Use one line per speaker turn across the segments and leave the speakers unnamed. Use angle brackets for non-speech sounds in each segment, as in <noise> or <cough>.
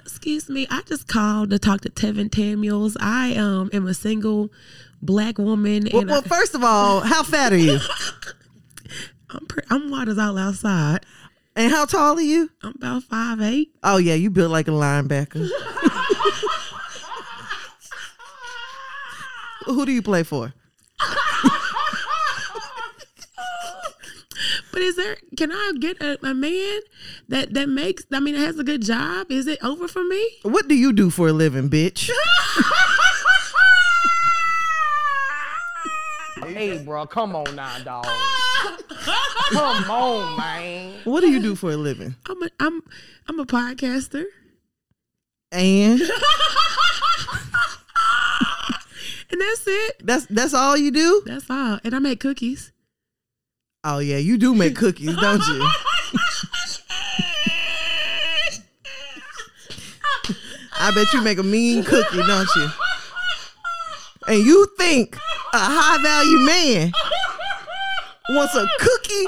Excuse me, I just called to talk to Tevin Tamuels. I um am a single black woman.
Well,
and
well,
I,
first of all, how fat are you?
I'm pre- I'm wide as all outside.
And how tall are you?
I'm about five eight.
Oh yeah, you built like a linebacker. Who do you play for?
But is there? Can I get a, a man that that makes? I mean, that has a good job. Is it over for me?
What do you do for a living, bitch?
Hey, bro, come on now, dog. come on, man.
What do you do for a living?
I'm a I'm I'm a podcaster. <laughs>
And
And that's it.
that's that's all you do?
That's all. And I make cookies.
Oh yeah, you do make cookies, don't you? I bet you make a mean cookie, don't you? And you think a high value man wants a cookie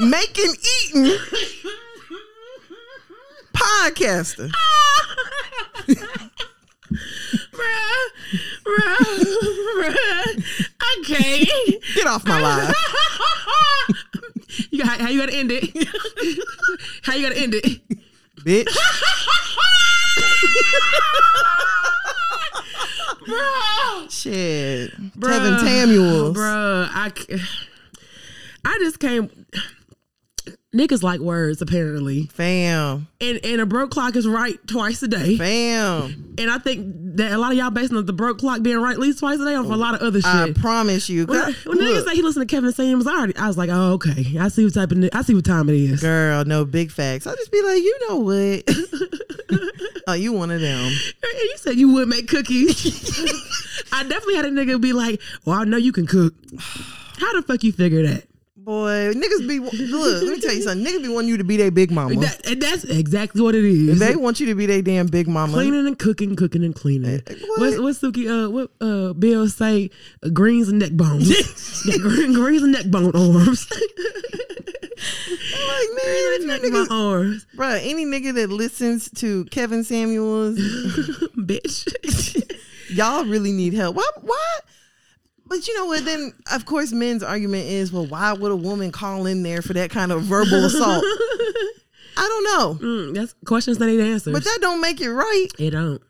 making eating podcaster.
Bruh, bruh, bruh. I can't.
Get off my live.
<laughs> you got, how you gotta end it? <laughs> how you gotta end it?
Bitch.
Bruh.
Shit.
Bruh.
Tevin Tamuels.
Bruh, I, c- I just came. Niggas like words apparently,
Fam.
and and a broke clock is right twice a day.
Fam.
And I think that a lot of y'all basing on the broke clock being right at least twice a day on for a lot of other shit.
Oh, I promise you.
when I, when niggas
Look,
say he listened to Kevin Samuels, I already I was like, oh okay, I see what type of ni- I see what time it is.
girl, no big facts. I'll just be like, you know what?
<laughs>
oh, you one of them.
And You said you would make
<laughs>
cookies. I definitely had a nigga be like, well, I know you can cook. How the fuck you figure that?
Boy, niggas be look, let me tell you something. Niggas be wanting you to be their big mama.
that and that's exactly what it is.
they want you to be their damn big mama.
cleaning and cooking, cooking and cleaning.
what?
What's what's Suki? Uh, what uh, Bill say? Uh, greens and neck
<laughs>
bones. Got green, greens and neck bone arms.
I'm like, man,
neck
if you
bone
niggas,
arms, <laughs>
bruh, any nigga that listens to Kevin Samuels, <laughs>
bitch.
y'all really need help. Why? Why? But you know what? Then of course, men's argument is, well, why would a woman call in there for that kind of
<laughs>
verbal assault? I don't know,
Mm, that's questions that need answers.
but that don't make it right.
it don't.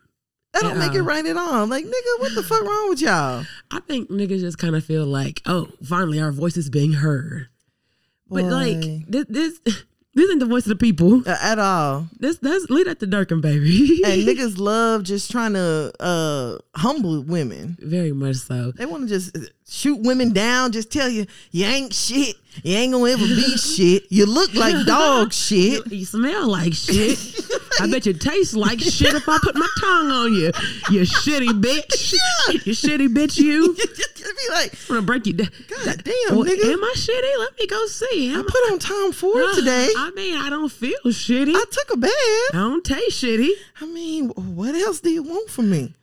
That don't
At
make it
all.
right at all. Like, nigga, what the fuck wrong with y'all?
I think niggas just kind of feel like, oh, finally our voice is being heard. But
Boy.
like this, this, <laughs> this ain't the voice of the people.
Uh, at all.
This, that's lead at the Durkin, baby. <laughs>
And niggas love just trying to uh humble women.
Very much so.
They want to just uh, shoot women down. Just tell you you ain't shit. You ain't gonna
<laughs>
ever be shit. You look like dog shit.
You smell like shit. I bet you taste like shit if I put my tongue on you. You shitty bitch. You shitty bitch. You.
<laughs> You be like,
I'm gonna break you down.
God damn,
Well,
nigga.
Am I shitty? Let me go see.
I
Am
put on Tom Ford today.
I
I,
mean, I don't feel shitty. I
took a bath.
don't taste shitty.
I mean, what else do you want
<laughs>
from me?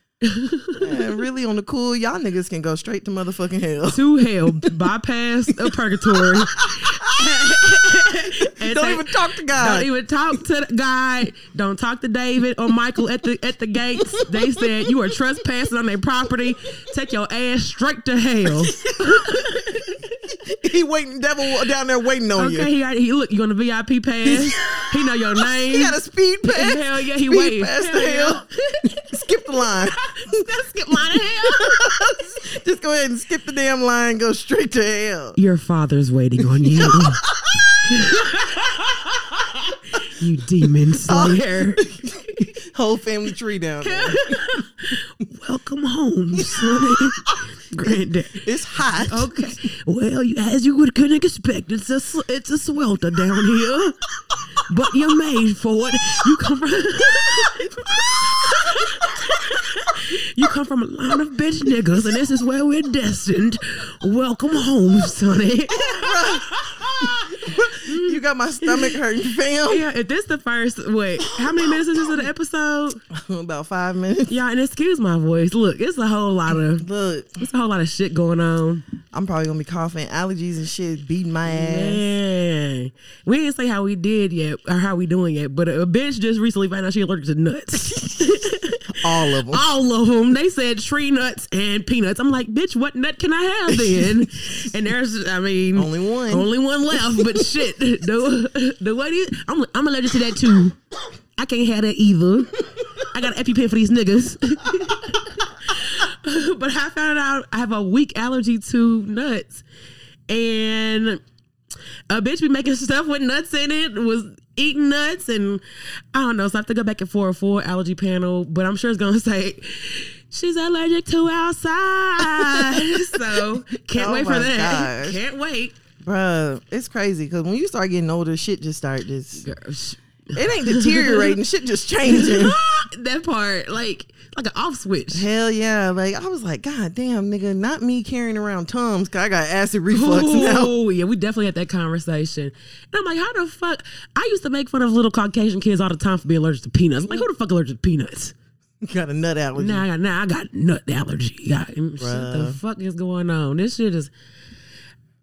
Man, really on the cool, y'all niggas can go straight to motherfucking hell.
to hell, bypass a purgatory. And
Don't
they-
even talk
<laughs>
to
Don't
God.
even talk to the guy. Don't talk to David or Michael at the at the gates. They said you are trespassing on their property. Take your ass straight to hell.
he waiting, devil down there waiting on
Okay,
you.
he, already- he look you on the VIP pass. Oh, <laughs> He know your name.
<laughs> He got a speed pass.
hell yeah, he
speed
waiting.
pass to
Hell
hell. <laughs> skip
<laughs>
the line.
Let's get mine to hell.
Just go ahead and skip the damn line. Go straight to hell.
Your father's waiting on <laughs> you. you demon slayer.
Whole family tree
<laughs>
down there.
Welcome home, son. Granddad.
It's hot.
Okay. Well, you, as you would couldn't expect, it's a s- it's a swelter down here, but you're made for it. You come from you come from a line of bitch niggas, and this is where we're destined. Welcome home, sonny. mm.
You got my stomach hurting,
<laughs>
fam. <laughs>
yeah, if this the first wait, how many minutes is this of the episode?
About five minutes.
Yeah, and excuse my voice. Look, it's a whole lot of
Look,
it's a whole lot of shit going on.
I'm probably gonna be coughing allergies and shit, beating my ass.
Man, we didn't say how we did yet or how we doing yet, but a bitch just recently found out she allergic to nuts.
All of them.
<laughs> All of them. They said tree nuts and peanuts. I'm like, bitch, what nut can I have then? and there's, I mean,
Only one.
only one left.
<laughs>
But shit, the the what is? I'm I'm allergic to that too. I can't have that either. I got an EpiPen for these niggas. <laughs> but I found out I have a weak allergy to nuts, and a bitch be making stuff with nuts in it was eating nuts and I don't know. So I have to go back and forth for a allergy panel, but I'm sure it's gonna <laughs> say she's allergic to outside. <laughs> so can't
Oh
wait for
my
that.
gosh.
Can't wait.
Bruh, it's crazy because when you start getting older, shit just start just
Gosh.
it ain't deteriorating, shit just changing.
<laughs>
<laughs>
that part, like like an off switch.
Hell yeah! Like I was like, God damn, nigga, not me carrying around tums because I got acid reflux now. <laughs>
Oh yeah, we definitely had that conversation. And I'm like, how the fuck? I used to make fun of little Caucasian kids all the time for being allergic to peanuts. like, who the fuck allergic to peanuts?
got a nut allergy.
Now I got now I got nut allergy. God, mm, shit, the
Bruh.
fuck is going on? This shit is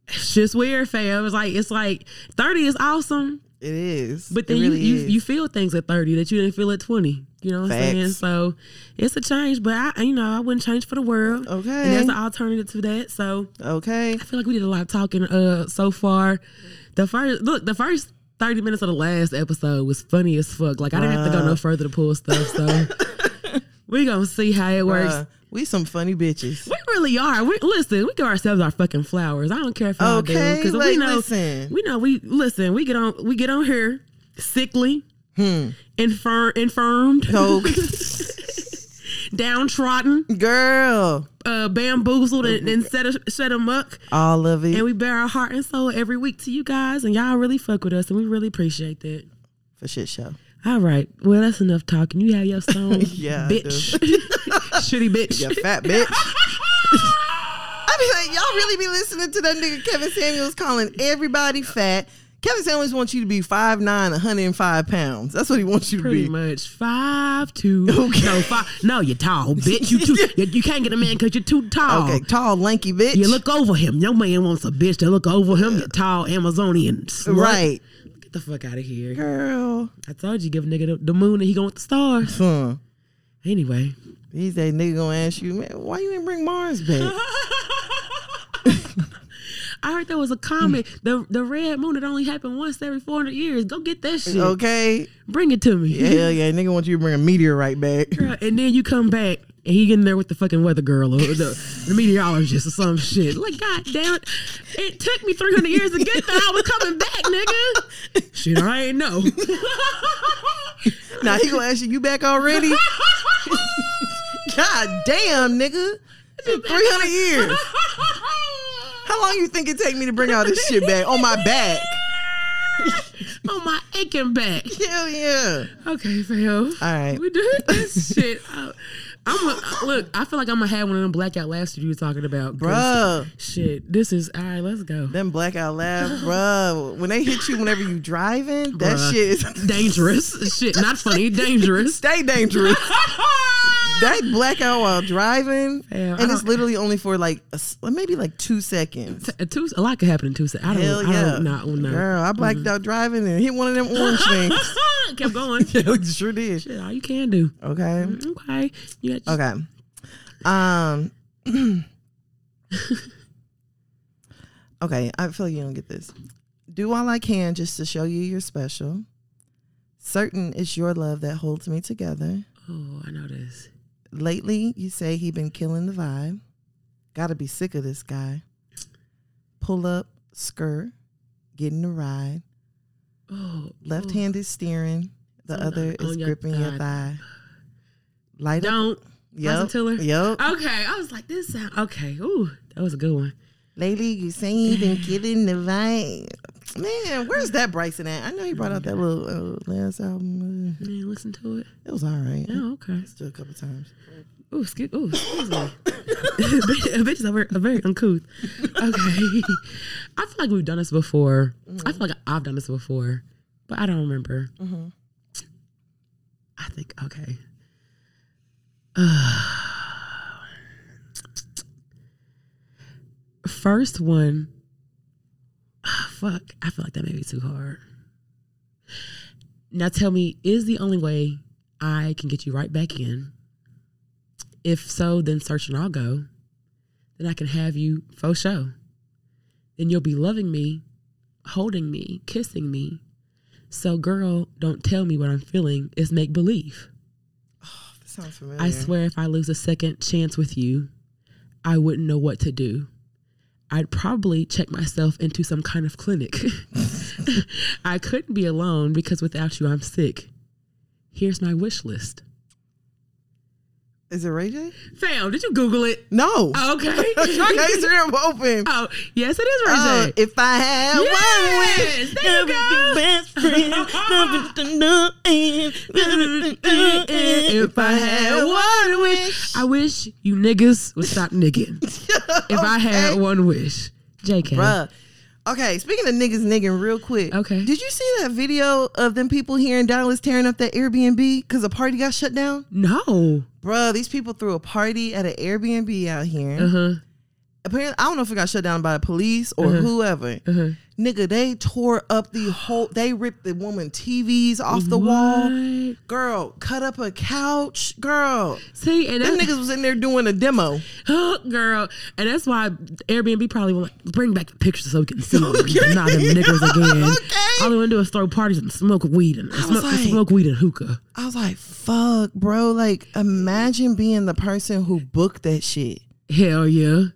it's just weird, fam. It's like it's like thirty is awesome,
It is,
but then
It really
you, you
is.
you feel things at thirty that you didn't feel at twenty. You know what I'm saying?
Facts.
So it's a change, but I you know I wouldn't change for the world.
Okay.
and there's an alternative to that. So
okay.
I feel like we did a lot of talking uh so far. The first look, the first thirty minutes of the last episode was funny as fuck. Like I didn't have to go no further to pull stuff.
<laughs>
So we gonna see how it works.
Bruh, Uh, we some funny
<laughs>
bitches.
We really are. We listen. We give ourselves our fucking flowers. I don't care if y'all do
Okay,
because we
like,
know.
listen.
We know. We listen. We get on. We get on here sickly, infirm, infirmed,
Hmm. So,
<laughs> downtrodden,
girl,
uh, bamboozled, and, and set a, set amuck.
all of it
And we bear our heart and soul every week to you guys, and y'all really fuck with us, and we really appreciate that.
for shit show.
All right. Well, that's enough talking. You have
<laughs>
your song,
Yeah, I do. <laughs>
bitch, shitty bitch. <laughs>
You fat bitch. I be like, y'all really be listening to that nigga Kevin Samuels calling everybody fat. Kevin Samuels wants you to be 5'9", 105 pounds. That's what he wants you to
Pretty
be.
much five two. No, five. No, you're tall,
<laughs>
bitch. You too. you, you can't get a man because you're too tall.
Okay, tall, lanky bitch.
You look over him. Your man wants a bitch to look over him. You tall Amazonian. Slut.
right.
Get the fuck out of here.
Girl.
I told you, give a nigga the, the moon and he going with the stars.
Huh. <laughs>
Anyway,
These days nigga gonna ask you, man, why you ain't bring Mars back?
<laughs> I heard there was a comment. the The red moon that only happened once every four hundred years. Go get that shit.
Okay.
Bring it to me.
Hell yeah, nigga want you to bring a meteorite
<laughs>
back.
Bruh, and then you come back and he getting there with the fucking weather girl or the, the meteorologist or some shit. Like, god damn it. It took me 300 years to get there. I was coming back, nigga. Shit, I ain't
<laughs>
know.
now he gonna ask you, you back already? God damn, nigga. Three hundred years. How long you think it take me to bring all this shit back on my back?
<laughs> On my aching back.
Hell yeah.
Okay, fam.
All right.
We doing this shit. I, I'm a, look, I feel like I'm going to have one of them blackout laughs you were talking about. 'cause
Bruh.
Shit, this is, all right, let's go.
Them blackout laugh, bruh. When they hit you whenever you driving, that
Bruh.
shit is <laughs>
Dangerous. shit, not funny, dangerous.
stay dangerous. that blackout while driving,
Fam, I
and it's
don't-
literally only for like a s maybe like two seconds.
A, two, a lot could happen in two seconds. I don't, Mm-hmm.
Hell
I
yeah,
don't, no, no.
girl, I blacked out driving and hit one of them orange
<laughs>
things.
Mm-hmm. Kept going.
<laughs> It sure did.
Shit, all you can do.
Okay,
Okay. You got
okay. Um, <clears throat> okay. I feel you don't get this. Do all I can just to show you you're special. Certain it's your love that holds me together.
Oh, I know this.
lately you say he been killing the vibe. Gotta be sick of this guy. Pull up, skirt, getting the ride.
Oh.
Left hand is steering, the
On-
other
on
is
your
gripping your
thigh.
thigh. Light up.
Oh, Don't.
Yep.
Tiller.
Yep.
Okay. I was like, this sound okay. Ooh, that was a good one.
Lately, you saying
<laughs>
you been getting the vibe. Man, where's that Bryson at? I know he brought out that little uh, last album. Uh,
You didn't listen to it.
It was all right.
Oh, okay.
Still a couple times. Oh,
Ooh, excuse, ooh, excuse me. <laughs> Bitch- uh, Bitches are very, are very uncouth. Okay. <laughs> I feel like we've done this before. I feel like I've done this before, but I don't remember. I think, okay. <sighs> Uh, first one, <sighs> fuck, I feel like that may be too hard. Now tell me, is the only way I can get you right back in? If so, then search and I'll go. Then I can have you for show. Then you'll be loving me, holding me, kissing me. So, girl, don't tell me what I'm feeling. It's make believe.
That sounds familiar.
I swear if I lose a second chance with you, I wouldn't know what to do. I'd probably check myself into some kind of clinic. <laughs> I couldn't be alone because without you, I'm sick. Here's my wish list.
Is it Ray J?
Fam, did you Google it?
No. <laughs>
Okay.
Instagram open.
oh, yes, it is Ray
Uh,
J.
if I had
Yes,
one wish,
there you
it would
go.
be
<laughs>
best friend. <laughs> if I had one wish,
I wish you niggas would stop
<laughs>
nigging. <laughs> If I had
Okay.
one wish, JK.
Bruh. Okay, speaking of niggas nigging real quick.
Okay.
Did you see that video of them people here in Dallas tearing up that Airbnb because a party got shut down?
No.
Bruh, these people threw a party at an Airbnb out here.
Uh huh.
Apparently, I don't know if it got shut down by the police or
Uh-huh.
whoever. Nigga, they tore up the whole, they ripped the woman TVs off the wall.
What?
Girl, cut up a couch. Girl,
See, and <laughs>
them
that's,
niggas was in there doing a demo.
Oh, <gasps> girl, and that's why Airbnb probably will like bring back the pictures so we can
<laughs>
see them. Not them niggas again.
Okay.
All they want to do is throw parties and smoke weed and smoke,
like-
smoke weed and hookah.
I was like, fuck, bro. Like, imagine being the person who booked that shit.
Hell yeah.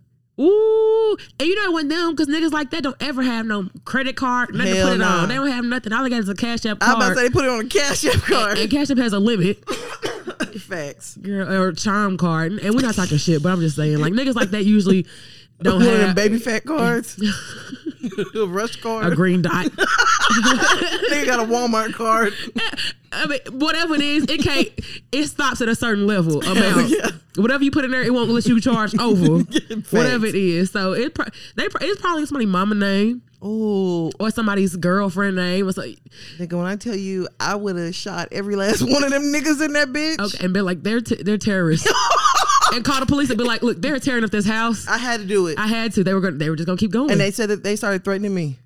Ooh, and you know it wasn't them because niggas like that don't ever have no credit card, nothing
Hell
to put it
nah.
on. They don't have nothing. All they got is a Cash App
I was about
card.
to say they put it on a
<laughs>
cash app card.
and Cash App has a limit,
<laughs> Facts.
girl, or Chime card. And we're not talking shit, but I'm just saying, like niggas like that usually don't
One of them
have
baby
<laughs>
fat cards. <laughs> a rush card.
a
<laughs>
green dot. <laughs>
Nigga got a Walmart card.
I mean, whatever it is, it can't. it stops at a certain level amount.
yeah.
Whatever you put in there, it won't let you charge
<laughs>
over.
Facts.
whatever it is, so it pro- they pro- it's probably somebody's mama name
Ooh.
or somebody's girlfriend name or something.
Nigga, when I tell you I would have shot every last <laughs> one of them niggas in that bitch.
Okay, and be like they're t- they're
<laughs>
terrorists, and call the police and be like, look, they're tearing up this house.
I had to do it.
I had to. They were going. to They were just gonna keep going.
and they said that they started threatening me.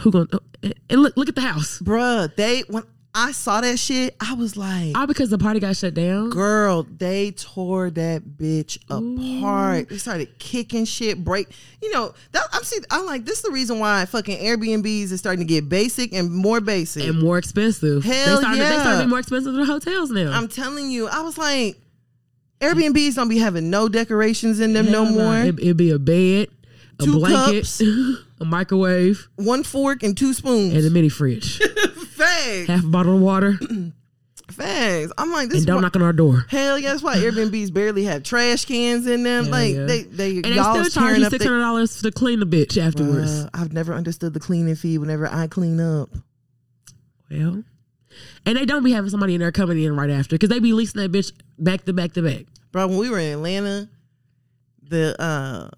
Who going? to and look, look at the house.
Bruh, they when I saw that shit, I was like,
All because the party got shut down.
girl, they tore that bitch apart. They started kicking shit, break. You know, that, I'm see. I'm like, this is the reason why fucking Airbnbs is starting to get basic and more basic.
and more expensive.
Hell
they started, They
yeah.
started being more expensive than the hotels now.
I'm telling you, I was like, Airbnbs don't be having no decorations in them no
Hell nah.
more.
It, it'd be a bed, a
Two
blanket,
cups.
<laughs> a microwave,
One fork and two
and
spoons.
a mini
<laughs>
fridge.
Facts.
Half a bottle of water,
Facts. I'm like, this
and
is why,
don't knock on our door.
hell yeah, that's why Airbnbs
<laughs>
barely have trash cans in them.
Hell
like
yeah.
they they
And they
y'all
still charge
tearing
you
up.
six
The,
hundred dollars to clean the bitch afterwards.
Bruh, I've never understood the cleaning fee whenever I clean up.
well, and they don't be having somebody in there coming in right after because they be leasing that bitch back to back to back.
bro when we were in atlanta the uh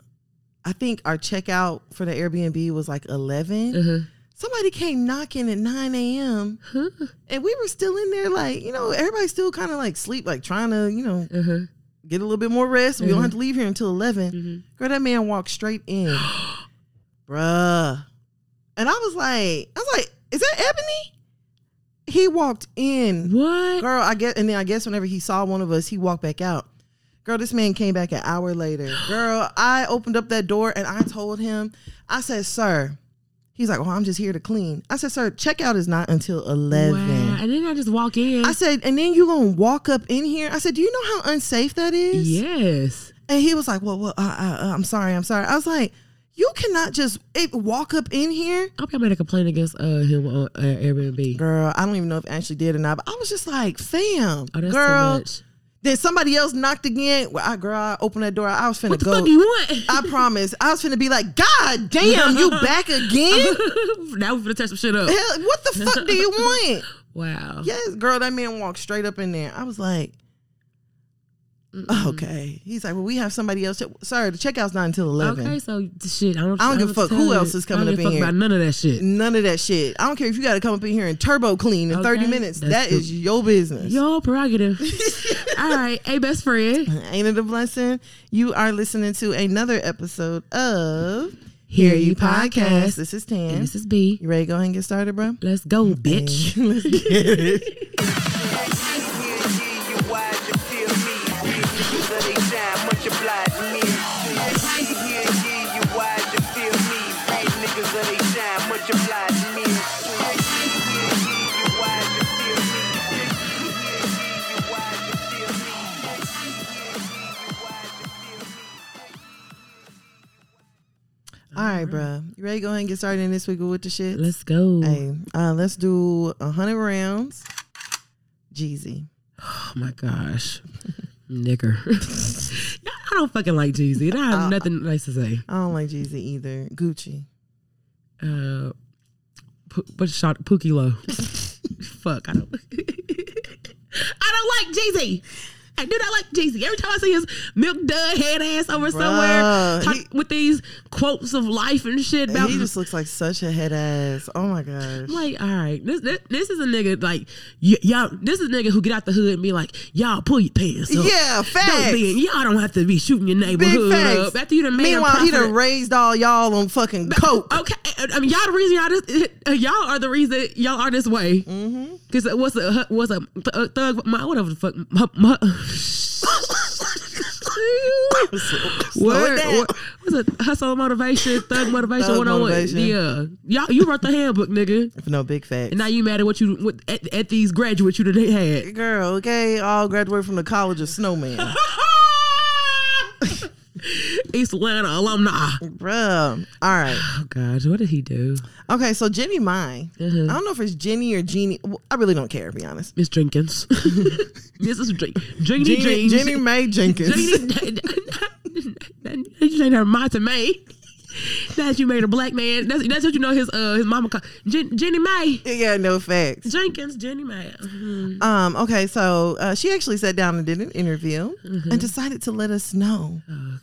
i think our checkout for the airbnb was like 11
Uh-huh.
somebody came knocking at 9 a.m and we were still in there like you know everybody still kind of like sleep like trying to you know
Uh-huh.
get a little bit more rest we don't have to leave here until 11
Mm-hmm.
girl that man walked straight in bruh and i was like i was like is that ebony he walked in
What?
Girl, I guess, and then I guess whenever he saw one of us, he walked back out. Girl, this man came back an hour later. Girl, I opened up that door and I told him, I said, sir. He's like, well, I'm just here to clean. I said, sir, checkout is not until 11.
Wow. And then I just walk in.
I said, and then you going to walk up in here? I said, do you know how unsafe that is?
yes.
And he was like, well, well uh, uh, uh, I'm sorry, I'm sorry. I was like, you cannot just eh, walk up in here.
I hope I made a complaint against uh, him on uh, Airbnb.
Girl, I don't even know if Ashley did or not, but I was just like, fam,
oh, that's
girl,
too much.
Then somebody else knocked again. Well, I, girl, I opened that door. I was finna
What the
go.
fuck do you want?
<laughs> I promise. I was finna be like, God
<laughs>
damn, you back again?
now we're gonna tear some shit
<laughs>
up.
Hell, what the fuck do you want?
Wow.
Yes, girl, that man walked straight up in there. I was like, Okay. He's like, well, we have somebody else. Sorry, the checkout's not until eleven.
Okay, so shit. I don't.
I don't give a
was
fuck who
telling-
else is coming
I don't
up
give a
in
fuck
here.
About none of that shit.
None of that shit. I don't care if you got to come up in here and turbo clean in thirty
Okay,
minutes.
that's
That
cool.
is your business.
Yo,
<laughs>
prerogative. All right, hey, best friend.
Ain't it a blessing? You are listening to another episode of
Hear You Podcast.
This is
And
Tan.
this is B.
you ready to go ahead and get started, bro?
Let's go, bitch.
Let's get it. All right, bro. You ready to go ahead and get started in this week with the shit?
Let's go.
Hey, uh, let's do a hundred rounds. Jeezy.
Oh my gosh, nigger. <laughs> Y'all, I don't fucking like Jeezy. and I
Uh,
have nothing nice to say.
I don't like Jeezy either. Gucci.
Uh, P- what shot Pookie
<laughs>
Low? Fuck, I don't. <laughs> I don't like Jeezy. I do not like Jeezy. Every time I see his milk dud head ass over somewhere
Bruh,
talk-
he-
with these quotes of life and shit about
He just looks like such a head ass. Oh my gosh.
I'm like, all right, this, this this is a nigga like y- y'all. This is a nigga who get out the hood and be like, y'all pull your pants up.
yeah,
Don't
facts.
be, y'all don't have to be shooting your
Big
neighborhood
facts.
up after you done made a
Meanwhile, he done
profit.
raised all y'all on fucking coke.
Okay, I mean y'all the reason y'all this, uh, y'all are the reason y'all are this way.
Mm-hmm.
Because what's a what's a th- thug my whatever the fuck my,
<laughs>
my,
Slow it
Word, <laughs>
down.
what, what's it? Hustle motivation, thug motivation,
Thug
one on one.
motivation.
Yeah, y'all, you wrote the handbook, nigga.
No big facts.
And now you mad at what you what, at, at these graduates you done
<laughs>
had.
Girl, okay, all graduated from the College
<laughs>
of Snowman.
East Atlanta alumni.
Bruh. All right.
Oh God, what did he do?
Okay, so Jenny Mine.
Uh-huh.
I don't know if it's Jenny or Jeannie. Well, I really don't care, to be honest.
Miss Jenkins. <laughs> this is Drink. Drinky
Jenny,
Jeans.
Jenny Mae Jenkins.
Drinky- <laughs> You named her Mata May. That's you made a black man. That's, that's what you know his uh his mama called Jen, Jenny May
<laughs> yeah, no facts.
Jenkins. Jenny May. Mhm.
Um, okay, so uh, she actually sat down and did an interview
Mm-hmm.
and decided to let us know
Oh,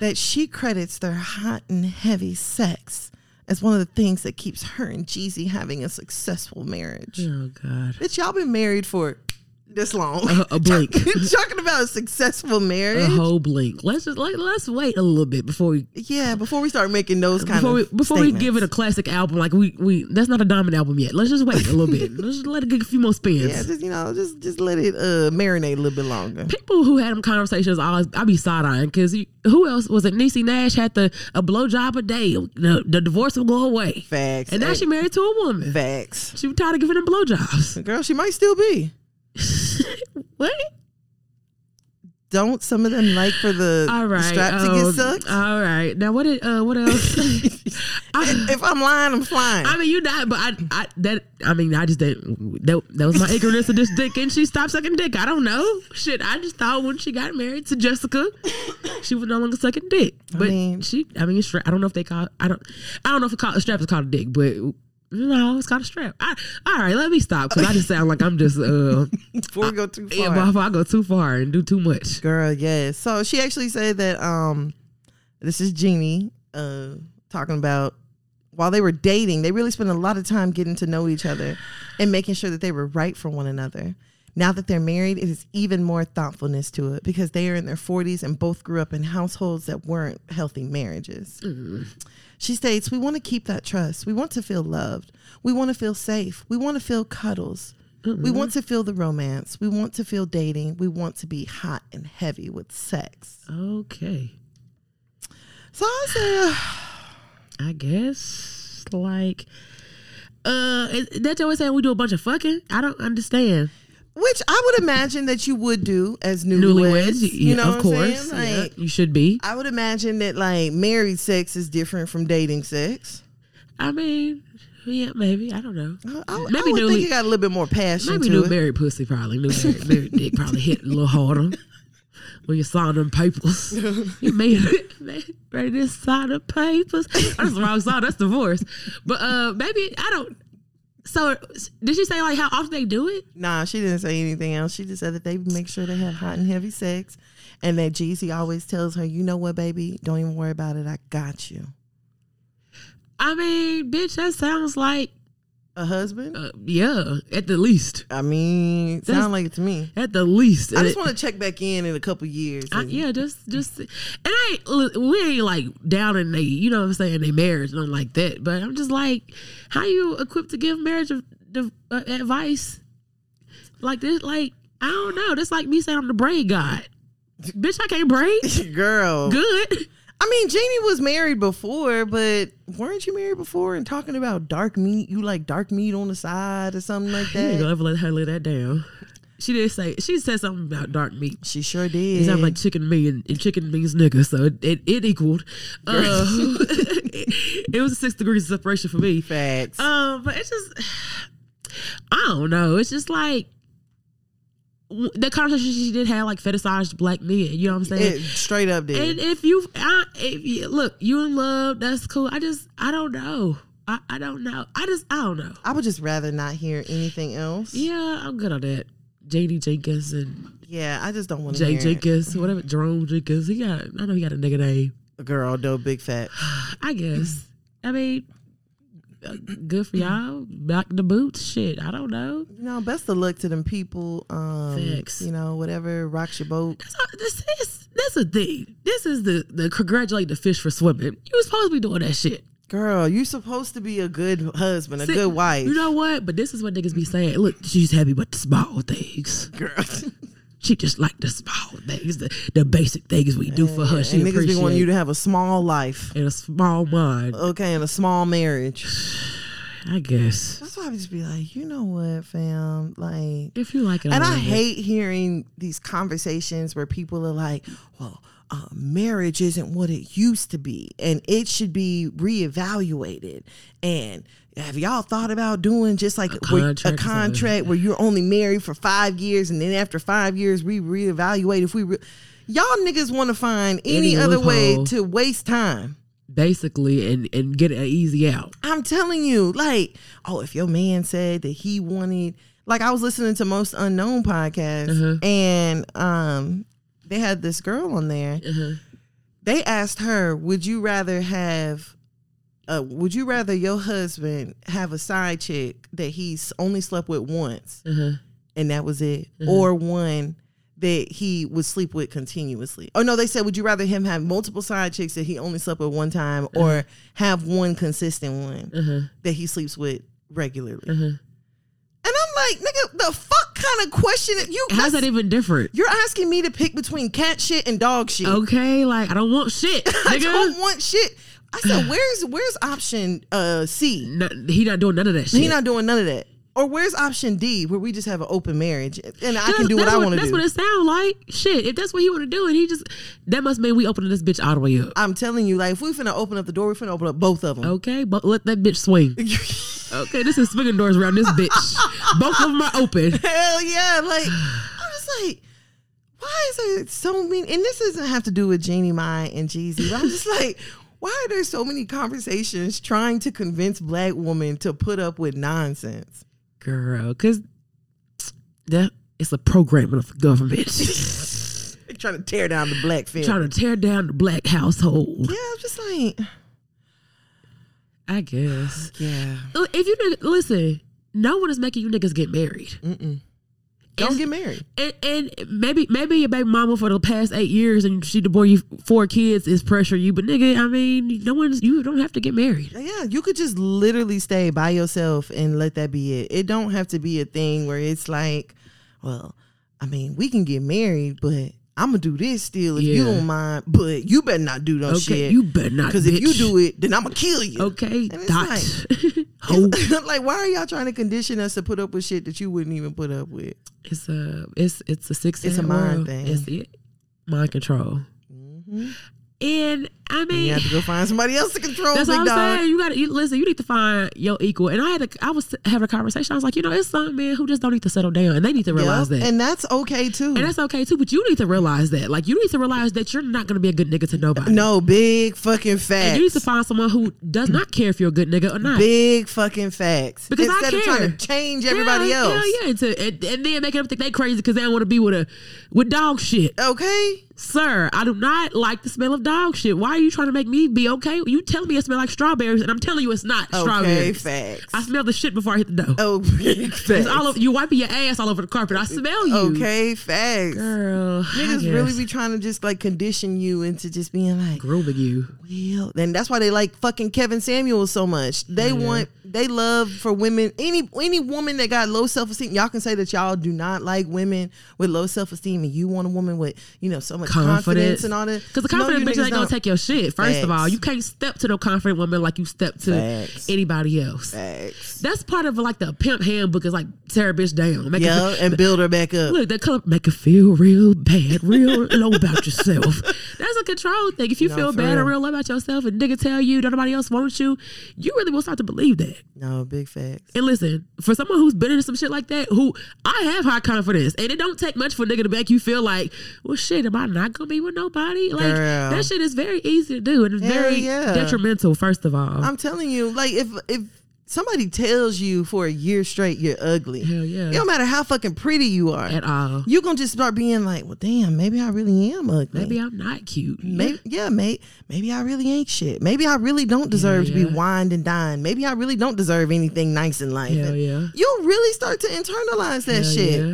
that she credits their hot and heavy sex as one of the things that keeps her and Jeezy having a successful marriage.
Oh God.
Bitch, y'all been married for this long.
A, Uh,
<laughs>
a blink. Uh-huh.
Talking about a successful marriage.
a whole blink. Let's just let, let's wait a little bit before we
Yeah, before we start making those kind
before we
of
before we give it a
statements.
classic album. Like we we that's not a diamond album yet. Let's just wait a little bit. Let's just let it get a few more spins.
yeah, just you know, just just let it uh marinate a little bit longer.
people who had them conversations always I be side eyeing because who else was it? Niecy Nash had the a blowjob a day. The, the divorce will go away,
Facts.
and now she married to a woman.
facts.
She was tired of giving him blowjobs. <laughs>
Girl, she might still be.
What?
Don't some of them like for the
<laughs> All right,
strap to
um,
get sucked? <laughs>
All right, now what? Did, uh, what else? I,
if I'm lying, I'm flying.
I mean, you not, but I, I that I mean, I just didn't. That, that was my ignorance of this dick, and she stopped sucking dick. I don't know. Shit, I just thought when she got married to Jessica, she was no longer sucking dick. But
mean-
she, I mean, stra- I don't know if they call. I don't. I don't know if it call, a strap is called a dick, but no, it's called a strap. I, all right, let me stop because I just sound like I'm just uh,
before we go too
yeah,
far.
but if I go too far and do too much.
Girl, yes. So she actually said that um this is Jeannie uh talking about while they were dating, they really spent a lot of time getting to know each other and making sure that they were right for one another. Now that they're married, it is even more thoughtfulness to it because they are in their 40s and both grew up in households that weren't healthy marriages. She states, We want to keep that trust. We want to feel loved. We want to feel safe. We want to feel cuddles. We want
Mm-hmm.
to feel the romance. We want to feel dating. We want to be hot and heavy with sex.
Okay,
So I said, <sighs>
I guess like. Uh, is- that always saying we do a bunch of fucking. I don't understand.
which I would imagine that you would do as newlyweds.
newlyweds,
You
yeah,
know,
of
what I'm
course.
saying?
yeah,
Like,
you should be.
I would imagine that like married sex is different from dating sex.
I mean, yeah, maybe. I don't know.
I, I would- I
Maybe
would
newly-
think you got a little bit more passion
Maybe
to
new
it.
married pussy probably new married, <laughs> married dick probably hit a little harder when you sign them <laughs> papers. you made <laughs> it, man, ready to sign the papers. That's the wrong song. That's divorce. But uh, maybe I don't. So did she say like how often they do it?
Nah, she didn't say anything else. She just said that they make sure they have hot and heavy sex, and that Jeezy always tells her, "You know what, baby? Don't even worry about it. I got you."
I mean, bitch, that sounds like
A husband?
uh, yeah, at the least,
I mean,
That's-
sound like it to me.
at the least.
I just
It-
want to check back in in a couple years.
I,
and-
yeah, just just and I ain't, look, we ain't like down in they you know what I'm saying they marriage nothing like that. But I'm just like, how you equipped to give marriage of, the, uh, advice like this? Like I don't know. That's like me saying I'm the braid god. Bitch, I can't braid.
<laughs> Girl,
Good.
I mean, Jamie was married before, but weren't you married before? And talking about dark meat, you like dark meat on the side or something like
You ain't
that.
gonna ever let her lay that down. She did say she said something about dark meat.
She sure
It
did.
sounds like chicken meat and, and chicken means nigga, so it, it, it equaled. Uh, <laughs> it, it was six degrees of separation for me.
facts.
Um, but it's just, <sighs> I don't know. It's just like w- the conversation she did have, like fetishized black men. You know what I'm saying?
It straight up did.
and if you, I, if you look, you in love, that's cool. I just, I don't know. I, I don't know. I just, I don't know.
I would just rather not hear anything else.
Yeah, I'm good on that. JD Jenkins and
Yeah, I just don't want to
Jay
hear it.
Jenkins, whatever, Jerome Jenkins. He got, I know he got a nigga name.
Girl, dope,
<gasps>
big fat.
I
Mm.
guess. I mean, uh, good for y'all. Back the boots, shit. I don't know.
You know, best of luck to them people. Um,
Facts.
You know, whatever rocks your boat.
So this is this is the this is the the congratulate the fish for swimming. You was supposed to be doing that shit.
Girl, you supposed to be a good husband, a
See,
good wife.
You know what? But this is what niggas be saying. Look, she's happy about the small things.
girl.
<laughs> She just like the small things, the, the basic things we do for her. She
and niggas be
appreciate
wanting you to have a small life.
and a small mind,
Okay, and a small marriage.
I guess.
That's why I just be like, you know what, fam? Like,
If you like it,
and I
love it.
hate hearing these conversations where people are like, well, uh, marriage isn't what it used to be and it should be reevaluated. And have y'all thought about doing just like where- a
contract
contract,
or something.
where you're only married for five years and then after five years we reevaluate if we. Re- y'all niggas want to find any,
Any
other way
loophole.
to waste time.
basically and and get an easy out.
I'm telling you, like, oh, if your man said that he wanted, like, I was listening to Most Unknown podcast, and um, they had this girl on there.
Uh-huh.
They asked her, "Would you rather have, uh, would you rather your husband have a side chick that he's only slept with once,
Uh-huh.
and that was it, or one?" That he would sleep with continuously. Oh no, they said, would you rather him have multiple side chicks that he only slept with one time,
Uh-huh.
or have one consistent one? that he sleeps with regularly.
Uh-huh.
And I'm like, nigga, the fuck kind of question that you
How's that even different?
you're asking me to pick between cat shit and dog shit.
Okay, like I don't want shit,
<laughs> I
Oh, nigga.
don't want shit.
<sighs>
I said, where's where's option uh C?
No, he not doing none of that shit.
He not doing none of that. Or where's option D where we just have an open marriage and I can do what
That's
I want to
That's
do.
what it sound like. Shit, if that's what he want to do, and he just that must mean we opening this bitch all the way up.
I'm telling you, like if we finna open up the door, we finna open up both of them.
Okay, but let that bitch
<laughs>
swing. Okay, this is swinging doors around this bitch. Both of them are open.
Hell yeah.
<sighs>
Like, I'm just like, why is there so many? And this doesn't have to do with Jeannie Mai and Jeezy, but I'm just like, <laughs> why are there so many conversations trying to convince black women to put up with nonsense?
Girl, cause that it's a program of the government <laughs>
<laughs> They're trying to tear down the black family.
trying to tear down the black household.
yeah, I'm just like,
I
<laughs>
guess.
yeah.
If you nigga- listen, no one is making you niggas get married.
Don't
It's-
get married.
and, and maybe maybe your baby mama for the past eight years and she divorced you four kids is pressure you, but nigga, I mean, no one's you don't have to get married.
uh, Yeah, you could just literally stay by yourself and let that be it. It don't have to be a thing where it's like, well, I mean, we can get married, but I'm gonna do this still if you
Yeah.
don't mind. But you better not do no
Okay,
Oh, shit.
you better not.
because if you
bitch.
do it, then I'm gonna kill you.
okay,
And it's
dot. <laughs> Ho.
<laughs> I'm like, why are y'all trying to condition us to put up with shit that you wouldn't even put up with?
It's a it's it's a six.
It's a
cent
mind
world.
thing.
It's it, mind control. And I mean,
You have to go find somebody else to control
That's
big
what I'm
dog.
saying. You gotta you, listen. You need to find your equal. And I had to. I was having a conversation. I was like, you know, it's some men who just don't need to settle down, and they need to realize
Yep,
that. And,
And that's okay too.
that's okay too. But you need to realize that. Like, you need to realize that you're not gonna be a good nigga to nobody.
no, big fucking
And
facts.
you need to find someone who does not care if you're a good nigga or not.
big fucking facts.
Because I
Instead of trying
care.
to change everybody
yeah,
else.
Yeah, yeah. To, and, and then making them think they crazy because they don't want to be with a with dog shit.
Okay.
Sir, I do not like the smell of dog shit. Why are you trying to make me be okay? You telling me it smell like strawberries, and I'm telling you it's not
Okay.
strawberries.
Facts.
I smell the shit before I hit the door.
oh, <laughs> big facts.
It's all over, you wiping your ass all over the carpet. I smell you.
okay. Facts.
Girl.
Niggas really be trying to just like condition you into just being like,
grooming you.
well, and that's why they like fucking Kevin Samuels so much. They want, they love for women. Any any woman that got low self esteem, y'all can say that y'all do not like women with low self esteem, and you want a woman with you know so much confidence,
Confidence.
and all that.
Because the
No,
confident
you
bitches
niggas
ain't gonna
don't.
take your shit. First of all,
Facts.
you can't step to no confident woman like you step to
Facts.
anybody else.
Facts.
That's part of like the pimp handbook is like tear a bitch down. Make
Yeah,
her, <laughs>
and build her back up.
look, that color make her feel real bad, real
<laughs>
low about yourself. That's a control thing. If you
No,
feel
for
bad and
real.
real low about yourself and nigga tell you that nobody else wants you, you really will start to believe that.
No, big facts.
And listen, for someone who's been into some shit like that, who I have high confidence, and it don't take much for a nigga to make you feel like, well, shit, am I not gonna be with nobody? Like
Girl.
that shit is very easy to do, and it's
Hell
very
yeah.
detrimental. First of all,
I'm telling you, like if if somebody tells you for a year straight you're ugly,
Hell yeah.
it don't matter how fucking pretty you are,
at
<laughs>
all,
you're gonna just start being like, well, damn, maybe I really am ugly.
maybe I'm not cute.
Maybe yeah, mate. Maybe I really ain't shit. Maybe I really don't deserve
Hell
to
yeah.
be wined and dined. Maybe I really don't deserve anything nice in life.
Hell
And
yeah.
You'll really start to internalize that
Hell
shit.
yeah.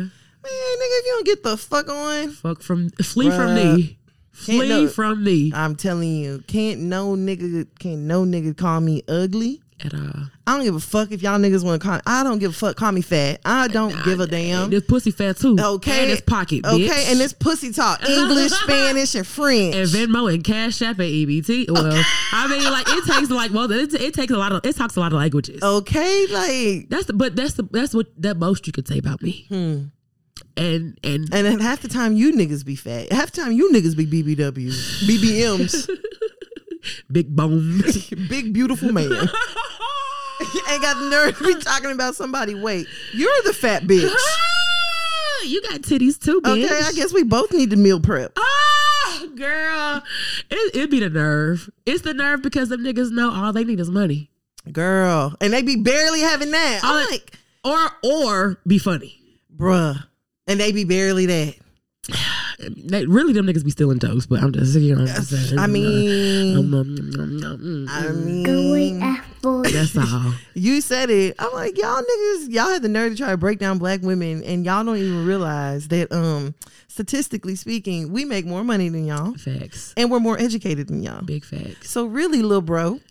Man, nigga, if you don't get the fuck on,
Fuck from flee from
Bruh.
me, flee
no-
from me
I'm telling you, can't no nigga can't no nigga call me ugly.
at all.
I don't give a fuck if y'all niggas want to call. I don't give a fuck. Call me fat. I don't give a damn.
This pussy fat too.
Okay,
and his pocket.
Okay,
bitch.
and this pussy
<laughs>
talk, English, Spanish, and French.
and Venmo and Cash App and EBT. Well, I mean, like it takes like well, it, it takes a lot of it talks a lot of languages.
okay, like,
That's the but that's the that's what that most you could say about me.
Hmm.
And and
and then half the time you niggas be fat. Half the time you niggas be BBW, BBMs,
big bones.
<laughs>
<laughs>
big beautiful man. Ain't got the nerve to be talking about somebody. Wait, you're the
<laughs>
fat bitch.
you got titties too, bitch.
Okay, I guess we both need to meal prep.
Ah, girl, it it be the nerve. It's the nerve because them niggas know all they need is money,
Girl, and they be barely having that.
All
I'm
it-
like,
or or be funny.
bruh, and they be barely that.
They, really, them niggas be stealing toes. But I'm just you know. I'm just saying, Mm-hmm.
I mean,
um, um, um, um, um,
I
Gooey
mean,
apple.
that's all.
<laughs> You said it. I'm like, y'all niggas, y'all had the nerve to try to break down black women, and y'all don't even realize that, um, statistically speaking, we make more money than y'all,
Facts.
and we're more educated than y'all.
Big facts. <laughs>
So really, little bro,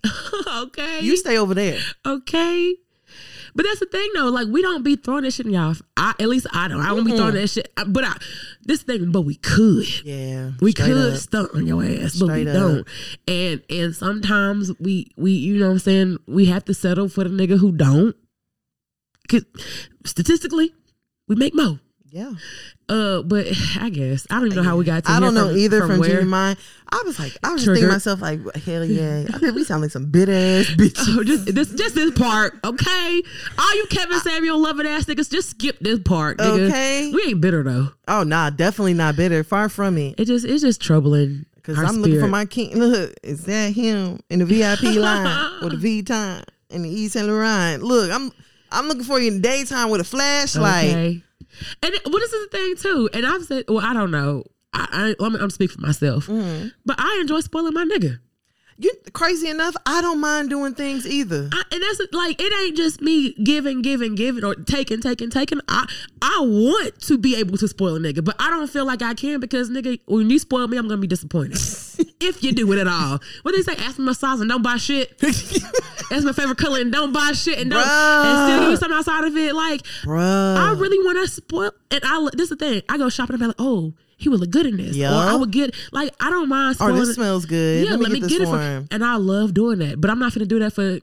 okay.
you stay over there.
okay. But that's the thing though, like we don't be throwing that shit in y'all. I at least I don't. I won't be throwing that shit. I- But I this thing, but we could.
Yeah,
We
straight
could
up.
stunt on your ass, but we
Straight up.
don't. And and sometimes we we you know what I'm saying, we have to settle for the nigga who don't. Cause statistically, we make more.
Yeah,
Uh but I guess. I don't even know how we got to
I
here
don't know
from-
either from,
where.
Junior Mine. I was like, I was thinking
Triggered.
to myself like, hell yeah, I mean, we sound like some bit ass bitches.
<laughs> Oh, just this, just this part, okay? All you Kevin Samuel loving ass niggas, just skip this part, nigga.
Okay.
We ain't bitter though.
Oh nah, definitely not bitter. Far from it.
It just it's just troubling.
Cause
our
I'm looking for
spirit.
my king. Look, is that him in
<laughs>
the VIP line with the V time in the East Saint Laurent? Look, I'm I'm looking for you in the daytime with a flashlight.
Okay. And it- well, this is the thing too. And I've said, well, I don't know. I, I I'm, I'm speaking for myself,
Mm-hmm.
but I enjoy spoiling my nigga.
You crazy enough? I don't mind doing things either.
I, and that's like it ain't just me giving, giving, giving, or taking, taking, taking. I I want to be able to spoil a nigga, but I don't feel like I can because nigga, when you spoil me, I'm gonna be
<laughs>
disappointed. if you do it at all, what they say, ask me my size and don't buy
<laughs>
shit. That's my favorite color and don't buy shit and don't and still do
Bruh.
something outside of it. Like
Bruh.
I really want to spoil. And I this is the thing. I go shopping and be like, oh, he would look good in this,
Yeah.
or I would get like I don't mind.
or
Spoiling
Oh, this smells good.
yeah, let me, get, <laughs>
this
it for
for him.
And I love doing that, but I'm not gonna do that for.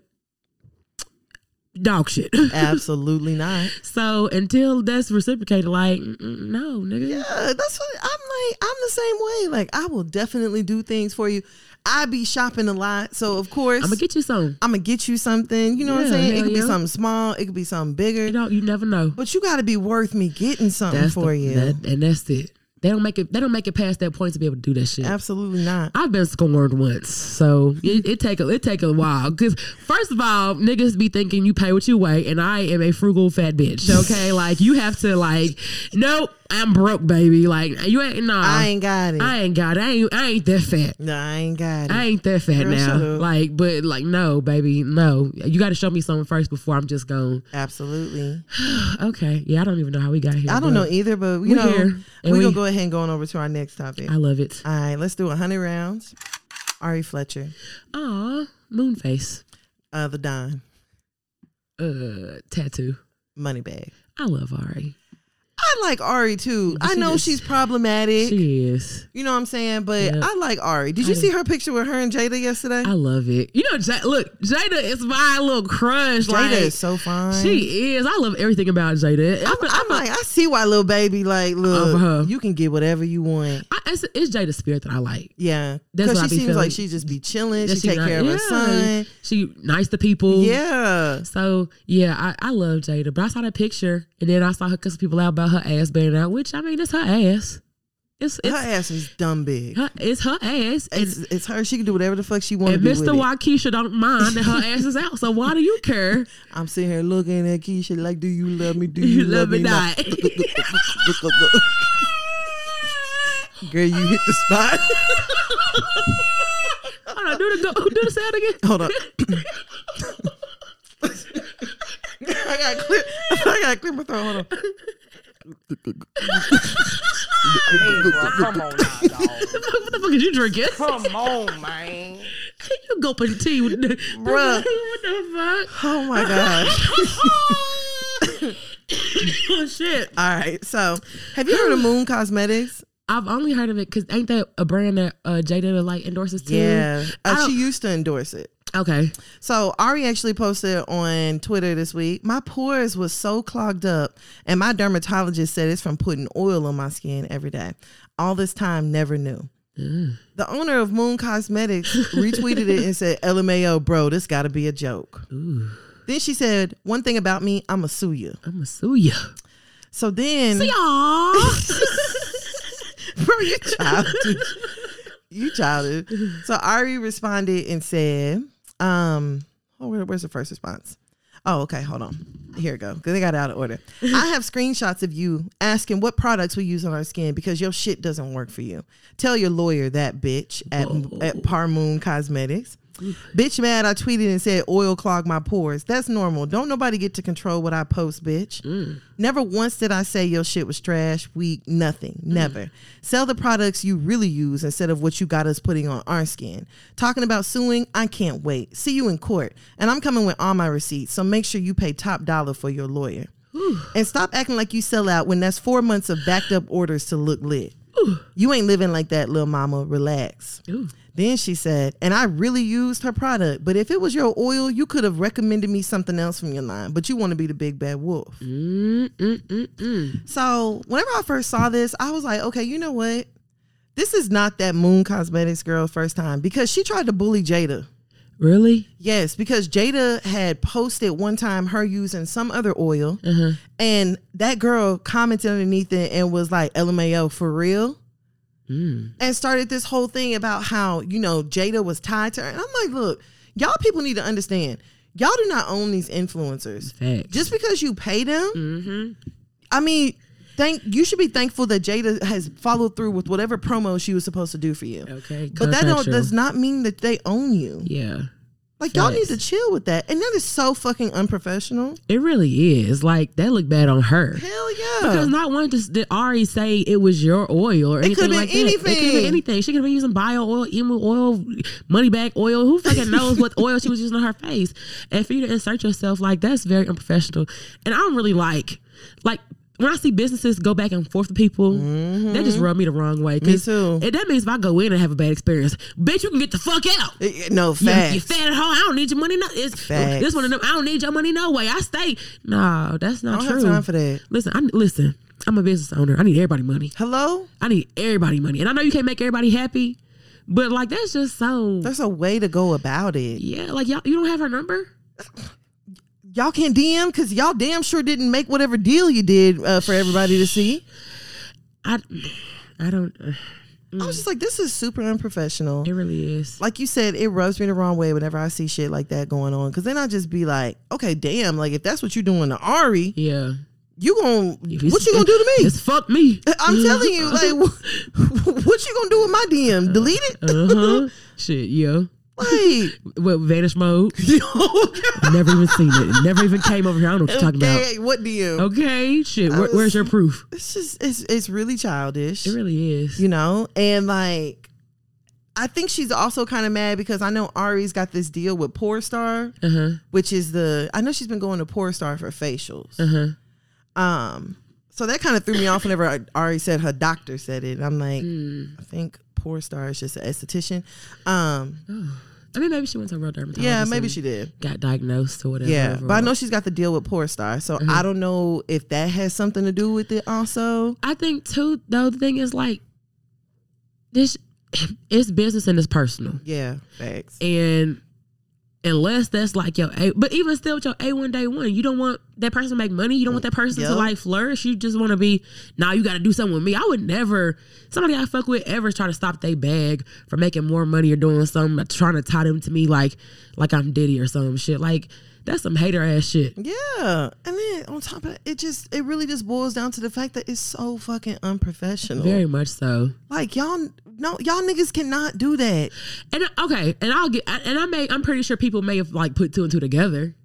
dog shit. <laughs>
Eh. Absolutely not.
so until that's reciprocated, like mm, mm, no, nigga.
Uh, that's what I'm like. I'm the same way. Like I will definitely do things for you. I be shopping a lot, so of course
I'm gonna get you some.
I'm gonna get you something. You know what
Yeah,
I'm saying? It
hell
could be
yeah.
something small. It could be something
You
bigger.
know, you never know.
But you got to be worth me getting something
That's
for
the-
you.
that- and that's it. They don't make it. They don't make it past that point to be able to do that shit.
Absolutely not.
I've been scorned once, so
Hmm.
it, it take a, it take a while. Cause first of all, niggas be thinking you pay what you weigh, and I am a frugal fat bitch.
<laughs>
Okay, like you have to like, nope, I'm broke, baby. Like you ain't no,
I ain't got it.
uh, I ain't got, it. I ain't, I ain't that fat.
no, I ain't got it.
I ain't that fat
Girl,
now.
shut up.
Like, but like, no, baby, no. You got to show me something first before I'm just going.
Absolutely.
Okay, yeah, I don't even know how we got here.
I don't
but
know either, but you
we
know,
here,
we're
and
going
we-
to go ahead and go on over to our next topic.
I love it.
All right, let's do 100 rounds. Ari Fletcher,
Aw, moonface,
uh, The Don,
uh, tattoo.
Moneybag.
I love Ari.
I like Ari too. I
she
know
just-
she's problematic.
She is.
you know what I'm saying? But
Yeah.
I like Ari. Did you
I-
see her picture with her and Jada yesterday?
I love it. You know, J- look, Jada is my little crush.
Jada
like,
is so fine.
she is. I love everything about Jada.
I'm,
I'm, Uh-huh.
I'm like, I see why little baby like, look,
her.
you can get whatever you want.
I, it's, it's Jada's spirit that I like.
Yeah,
That's
because
what I
she
be
seems
feeling.
like she just be chilling.
That
She, take
not-
care of her
yeah.
son.
She nice to people.
Yeah,
So yeah, I, I love Jada, but I saw that picture and then I saw her cussing people out about her ass being out, which I mean it's her ass. It's it's her,
her ass is dumb big.
it's her ass.
It's,
And,
it's her. She can do whatever the fuck she wants to
and
do. with
Mr.
it.
Waukesha don't mind
<laughs>
that her ass is out. So why do you care?
I'm sitting here looking at Keisha like, do you love me? Do you, love, me
<laughs>
not? <laughs> Girl, you hit the spot. <laughs>
Hold on, do the go, do the sound again. <laughs>
Hold up. <laughs> I got to clear. I got to clear my throat. Hold on.
Hey, bro, come on now, dog.
what the fuck is you drinking?
Come on, man.
<laughs> you gulping tea with the <laughs>
Bruh.
What the fuck? <laughs>
Oh my god.
oh shit.
All right. So, have you heard of Moon Cosmetics?
I've only heard of it because ain't that a brand that uh, Jada like endorses too?
Yeah.
I
Uh,
don't-
she used to endorse it.
Okay.
So Ari actually posted on Twitter this week. My pores was so clogged up, and my dermatologist said it's from putting oil on my skin every day. All this time, never knew. The owner of Moon Cosmetics retweeted it and said, "LMAO, bro, this got to be a joke." Then she said, "One thing about me, I'ma sue you."
I'm gonna sue ya.
So then,
Y'all.
<laughs> bro, you childish. you childish. So Ari responded and said, um, oh, where, where's the first response? Oh, okay, hold on. Here it go. Because they got it out of order. I have screenshots of you asking what products we use on our skin because your shit doesn't work for you. Tell your lawyer that bitch at, at Par Moon Cosmetics. Bitch mad, I tweeted and said oil clogged my pores. That's normal. Don't nobody get to control what I post, bitch. Never once did I say your shit was trash, weak, nothing. Never. Sell the products you really use instead of what you got us putting on our skin. Talking about suing, I can't wait. See you in court. And I'm coming with all my receipts, so make sure you pay top dollar for your lawyer. And stop acting like you sell out when that's four months of backed up orders to look lit. You ain't living like that, little mama. Relax.
Ooh.
Then she said, and I really used her product, but if it was your oil, you could have recommended me something else from your line, but you want to be the big bad wolf.
Mm.
So whenever I first saw this, I was like, okay, you know what? This is not that Moon Cosmetics girl first time because she tried to bully Jada.
Really?
Yes, because Jada had posted one time her using some other oil, and that girl commented underneath it and was like, "LMAO for real,"
Mm,
and started this whole thing about how you know Jada was tied to her. And I'm like, look, y'all people need to understand, y'all do not own these influencers.
Facts. Mm-hmm.
Just because you pay them, I mean. Thank you should be thankful that Jada has followed through with whatever promo she was supposed to do for you.
Okay,
but that don't,
contractual.
does not mean that they own you.
yeah.
Like y'all need
Facts.
to chill with that. And that is so fucking unprofessional.
It really is. Like that looked bad on her.
Hell
Because
yeah.
not one just did Ari say it was your oil or anything
could've been
like that. It could have
anything.
been anything. She could have been using bio oil, emu oil, money bag oil. Who fucking knows what oil she was using on her face? And for you to insert yourself like that's very unprofessional. And I don't really like like when I see businesses go back and forth with people, that just rub me the wrong way. 'cause
Mm-hmm. too.
It, that means if I go in and have a bad experience, bitch, you can get the fuck out.
Eh, eh, No,
You,
facts.
you fat at home. I don't need your money. No, it's
Facts.
this one of them. I don't need your money. No way. I stay. No, that's not
I don't
true.
have time for that.
Listen, I listen. I'm a business owner. I need everybody money.
Hello?
I need everybody money, and I know you can't make everybody happy, but like that's just so.
There's a way to go about it.
yeah, like y'all, you don't have her number.
Y'all can't DM because y'all damn sure didn't make whatever deal you did uh, for everybody to see.
I, I don't. <sighs>
I was just like, this is super unprofessional.
Mm. It really is.
Like you said, it rubs me the wrong way whenever I see shit like that going on. Cause then I just be like, okay, damn, like if that's what you're doing to Ari,
yeah.
you gon'
If
what you gonna do to me?
Just fuck me.
<laughs> I'm telling you,
<laughs>
like, <laughs> what, what you gonna do with my DM? Delete
Uh
it?
huh. Shit. Yeah.
like,
Well, vanish mode.
<laughs> yo,
Never even seen it. It Never even came over here. I don't know what you're <laughs> talking about.
<laughs> okay, what DM?
Okay. Shit. Where,
was-
where's your proof?
It's just, it's, it's really childish,
It really is.
you know, and like, I think she's also kind of mad because I know Ari's got this deal with Star,
Uh huh.
which is the I know she's been going to Star for facials.
Uh huh.
Um, so that kind of threw me off whenever I already said her doctor said it. I'm like, I think Poor Star is just an esthetician. Um,
I mean, maybe she went to a real dermatologist.
yeah, maybe
and
she did.
got diagnosed or whatever.
Yeah, but I know
or-
she's got the deal with Poor Star, so I don't know if that has something to do with it. Also,
I think too. Though the thing is, like, this, it's business and it's personal.
yeah, facts.
and unless that's like your a but even still with your a1 day one you don't want that person to make money you don't want that person
Yup.
to like flourish you just want to be now you got to do something with me i would never somebody i fuck with ever try to stop they bag from making more money or doing something like trying to tie them to me like like i'm diddy or some shit like that's some hater ass shit
Yeah, and then on top of that, it just it really just boils down to the fact that it's so fucking unprofessional.
very much so
like y'all, no, y'all niggas cannot do that.
And okay, and I'll get and I may I'm pretty sure people may have like put two and two together.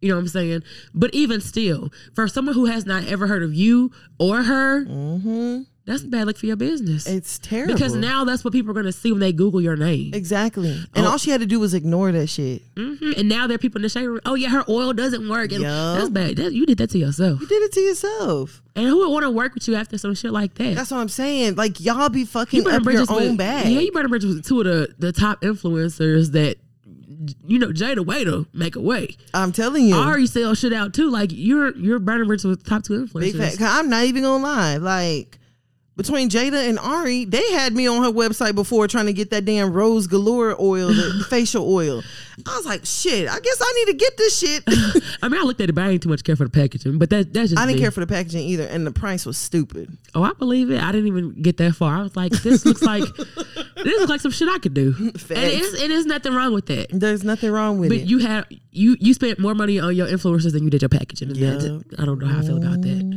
You know what I'm saying? But even still, for someone who has not ever heard of you or her, that's bad luck for your business.
Mm-hmm. It's terrible.
because now that's what people are going to see when they Google your name.
exactly, and
Oh.
all she had to do was ignore that shit.
hmm And now there are people in the shade room. Oh yeah, her oil doesn't work. And
Yup.
That's bad. That, you did that to yourself.
You did it to yourself.
And who would want to work with you after some shit like that?
That's what I'm saying. Like y'all be
you
fucking
burn
up your
bridges
own
with,
bag.
Yeah, you burn bridges with two of the, the top influencers that you know Jada Way to make a way.
I'm telling you.
Ari sell shit out too. Like you're you're burning bridges with top two
Big
influencers.
fact. 'Cause I'm not even gonna lie. Like between Jada and Ari, they had me on her website before trying to get that damn rose galore oil, the,
<laughs>
the facial oil. I was like, shit. I guess I need to get
<laughs>
this shit.
I mean, I looked at it, but I ain't too much care for the packaging. But that that's just
I didn't
me.
care for the packaging either, and the price was stupid.
oh, I believe it. I didn't even get that far. I was like, this looks
<laughs>
like this looks like some shit I could do. And it is, it is nothing wrong with that.
There's nothing wrong with
But
it.
you had you you spent more money on your influencers than you did your packaging. And that-
Yup.
I don't know how I feel about that.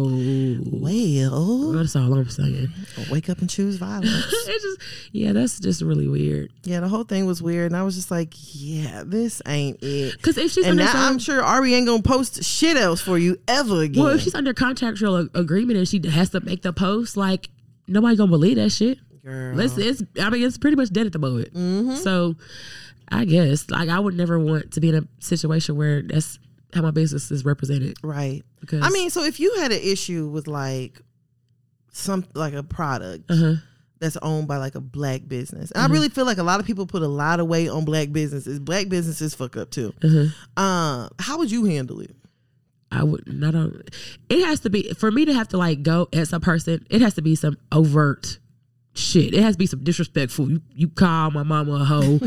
So
well,
that's all I'm saying.
wake up and
<laughs>
choose violence.
it's just yeah, that's just really weird.
yeah, the whole thing was weird, and I was just like, yeah, this ain't it.
Because if she's
And
under
now
some-
I'm sure Ari ain't gonna post shit else for you ever again.
Well, if she's under contractual a- agreement and she has to make the post, like nobody gonna believe that shit.
Girl.
Listen, it's I mean it's pretty much dead at the moment. So I guess like I would never want to be in a situation where that's how my business is represented.
Right.
Because
I mean, so if you had an issue with like some like a product
uh-huh. Mm-hmm.
that's owned by like a black business, and I really feel like a lot of people put a lot of weight on black businesses. Black businesses fuck up too.
Uh-huh.
Uh, how would you handle it?
I would not. On, it has to be for me to have to like go as a person. It has to be some overt shit. It has to be some disrespectful. You you call my mama a hoe,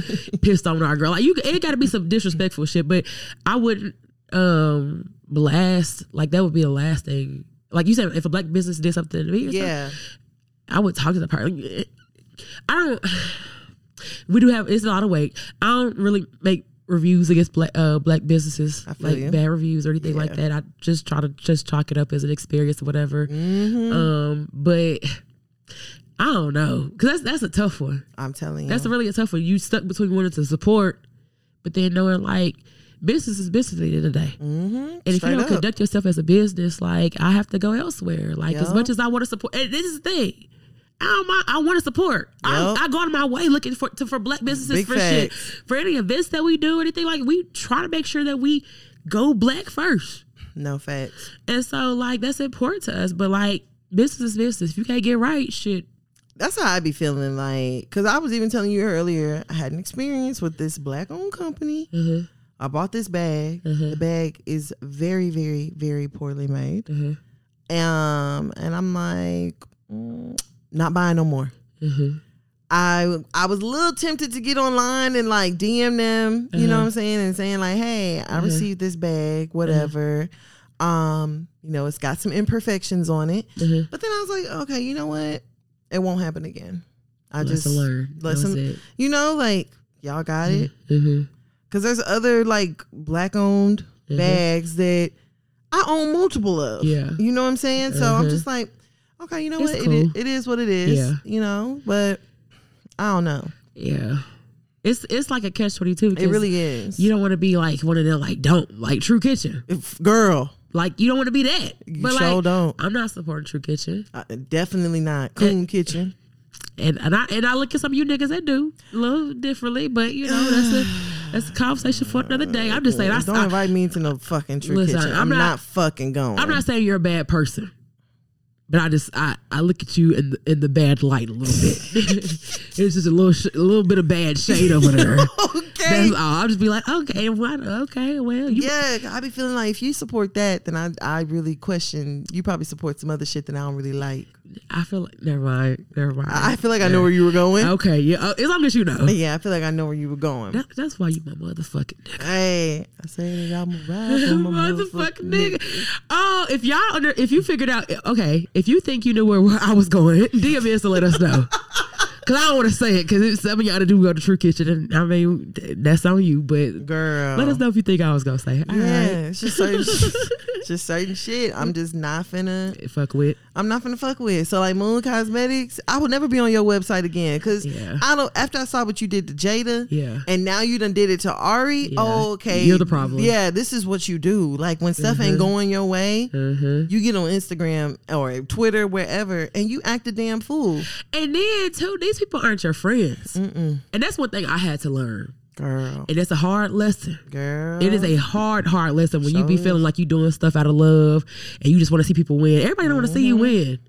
pissed on our girl. Like you, it got to be some disrespectful shit. But I wouldn't um blast like that would be the last thing. Like you said, if a black business did something to me, or something,
Yeah,
I would talk to the person. I don't. <sighs> We do have it's a lot of weight. I don't really make reviews against black uh, black businesses,
I feel
like
you.
bad reviews or anything like that. I just try to just chalk it up as an experience or whatever.
Mm-hmm.
Um, but I don't know because that's that's a tough one.
I'm telling you.
That's really a tough one. You stuck between wanting to support, but then knowing like business is business at the end of the day. And if
Mm-hmm. Straight
you don't
up.
conduct yourself as a business, like I have to go elsewhere. Like as
Yup.
much as I want to support, and this is the thing. I don't mind, I want to support.
Yup.
I, I go out of my way looking for to, for black businesses
Big
for shit
facts.
for any events that we do anything like we try to make sure that we go black first.
No facts.
And so like that's important to us. But like business is business. If you can't get right, shit.
That's how I be feeling like, because I was even telling you earlier, I had an experience with this black owned company.
Mhm.
I bought this bag. The bag is very, very, very poorly made.
Mhm.
Um, and I'm like, mm, not buying no more. Mm-hmm. I I was a little tempted to get online and like DM them, you know what I'm saying, and saying like, hey, I received this bag, whatever. Um, you know, it's got some imperfections on it.
Mm-hmm.
But then I was like, okay, you know what? It won't happen again. I just
Lesson learned. That was
Lesson,
it.
you know, like y'all got it
Mm-hmm.
because there's other like black owned bags that I own multiple of.
Yeah. Mm-hmm.
you know what I'm saying. So I'm just like, okay, you know
It's
what? It,
cool.
i- it is what it is.
Yeah.
You know, but I don't know.
Yeah. It's it's like a catch twenty two.
It really is.
You don't want to be like one of them like don't like True Kitchen.
If- girl,
Like you don't want to be that.
you
But
sure
like
don't.
I'm not supporting True Kitchen.
Uh, definitely not. Coon Kitchen.
And and I and I look at some of you niggas that do a little differently, but you know, that's
<sighs>
a that's a conversation for another day. I'm just saying I,
Don't
I,
invite me into no fucking true
Listen,
kitchen. I'm,
I'm
not,
not-
fucking going.
I'm not saying you're a bad person, but I just I, I look at you in the, in the bad light a little bit. <laughs> it's just a little sh- a little bit of bad shade over there.
<laughs> okay.
That's all. I'll just be like, okay, what? Okay, well, you,
Yeah, I be feeling like if you support that, then I I really question. You probably support some other shit that I don't really like.
I feel like never mind, never mind.
I I feel like I know where you were going.
okay, yeah, uh, as long as you know.
Yeah, I feel like I know where you were going.
That, that's why you my motherfucking nigga.
Hey, I say
<laughs>
that I'm a rapper, I'm a
motherfucking nigga. Oh, if y'all under, if you figured out, okay, if you think you knew where, where I was going, <laughs> DM us to let us
<laughs>
know. Cause I don't want to say it, cause some of y'all do go to True Kitchen, and I mean th- that's on you. But
Girl,
let us know if you think I was gonna say it. All
Yeah,
right.
it's
<laughs>
just certain, it's just certain shit. I'm just not finna.
fuck with.
I'm not finna fuck with. So like Moon Cosmetics, I would never be on your website again because
Yeah.
I don't. After I saw what you did to Jada,
Yeah.
and now you done did it to Ari.
Yeah.
Oh, okay,
You're the problem.
Yeah, this is what you do. Like when stuff ain't going your way,
Mm-hmm.
you get on Instagram or Twitter, wherever, and you act a damn fool,
And then too, these people aren't your friends, and that's one thing I had to learn,
girl.
and it's a hard lesson.
Girl,
It is a hard, hard lesson when you be feeling like you doing stuff out of love and you just want to see people win. Everybody don't want to see you
Mm-hmm.
win.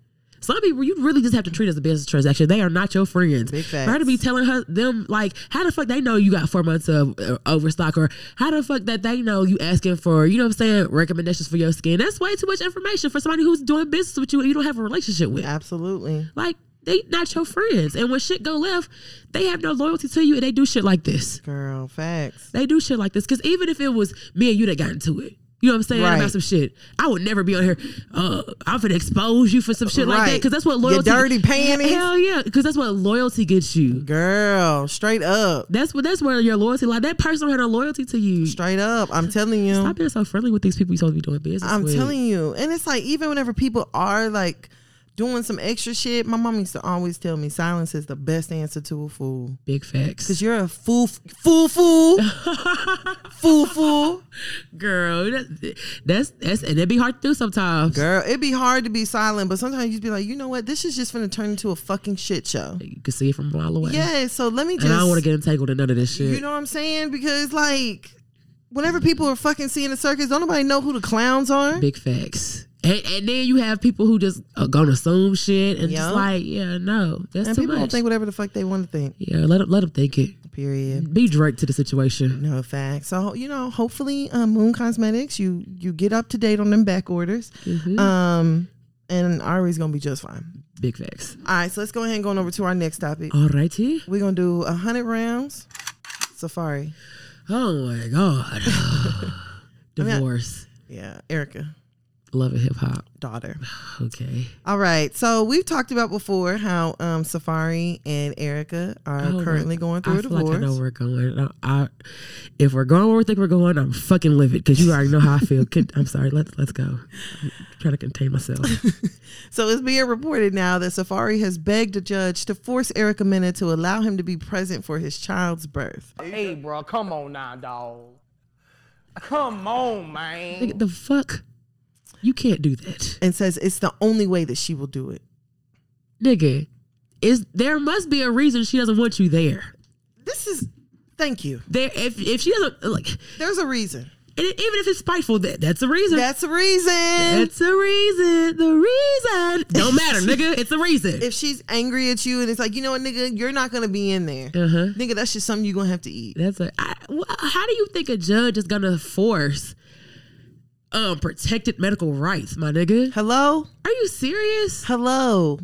Some people you really just have to treat as a business transaction. They are not your friends.
Big
For her to be
facts.
telling her them like how the fuck they know you got four months of uh, overstock or how the fuck that they know you asking for you know what I'm saying recommendations for your skin. That's way too much information for somebody who's doing business with you and you don't have a relationship with.
absolutely.
Like they not your friends. And when shit go left, they have no loyalty to you and they do shit like this.
Girl, facts.
They do shit like this because even if it was me and you that got into it, you know what I'm saying
Right.
about some shit, I would never be on here. Uh, I'm gonna expose you for some shit like that
Right.
because that's what
Your
loyalty.
dirty panties.
Hell yeah, because that's what loyalty gets you.
Girl, straight up.
That's what that's where your loyalty. Like that person had a loyalty to you.
Straight up. I'm telling you.
Stop being so friendly with these people you supposed to be doing business
I'm
with.
telling you. And it's like even whenever people are like doing some extra shit, my mom used to always tell me silence is the best answer to a fool.
big facts,
Cause you're a fool
<laughs>
fool fool. fool fool.
girl. That, that's that's and it be hard to do sometimes.
Girl, it'd be hard to be silent, but sometimes you'd be like, you know what? This is just gonna turn into a fucking shit show.
You can see it from a mile away.
Yeah, so let me just
and I don't want to get entangled in none of this shit.
You know what I'm saying? Because like whenever people are fucking seeing the circus, don't nobody know who the clowns are.
Big facts. And, and then you have people who just are gonna assume shit and
Yeah.
just like, yeah, no, that's
And
too
people don't
much.
think whatever the fuck they want to think.
yeah, let them let them think it.
Period.
Be Drake to the situation.
No fact. So you know, hopefully, um, Moon Cosmetics, you you get up to date on them back orders.
Mm-hmm.
Um, and Ari's gonna be just fine.
Big facts.
All right, so let's go ahead and go on over to our next topic.
Alrighty.
We're gonna do a hundred rounds. Safari.
Oh my
<laughs>
god. Divorce.
Yeah, Erica,
Love and hip hop.
daughter.
Okay.
All right. So we've talked about before how um Safari and Erica are
Oh my
currently going through
I
a
feel like I know
divorce.
where we're going. I, I, if we're going where we think we're going, I'm fucking livid because you already know how I feel. Can, I'm sorry. Let's let's go. I'm trying to contain
<laughs>
myself.
So it's being reported now that Safari has begged a judge to force Erica Mena to allow him to be present for his child's birth.
Hey, bro, come on now, dog. Come on, man.
Nigga, the fuck? You can't do that.
and says it's the only way that she will do it.
nigga, is there must be a reason she doesn't want you there.
This is thank you.
There, if if she doesn't like,
There's a reason.
And even if it's spiteful, that that's a reason.
That's a reason.
That's a reason. The reason don't matter, nigga. It's a reason.
if she's angry at you and it's like, you know what, nigga, you're not gonna be in there.
Uh-huh.
Nigga, that's just something you're gonna have to eat.
That's a. I, wh- how do you think a judge is gonna force um protected medical rights, my nigga?
Hello?
Are you serious?
Hello.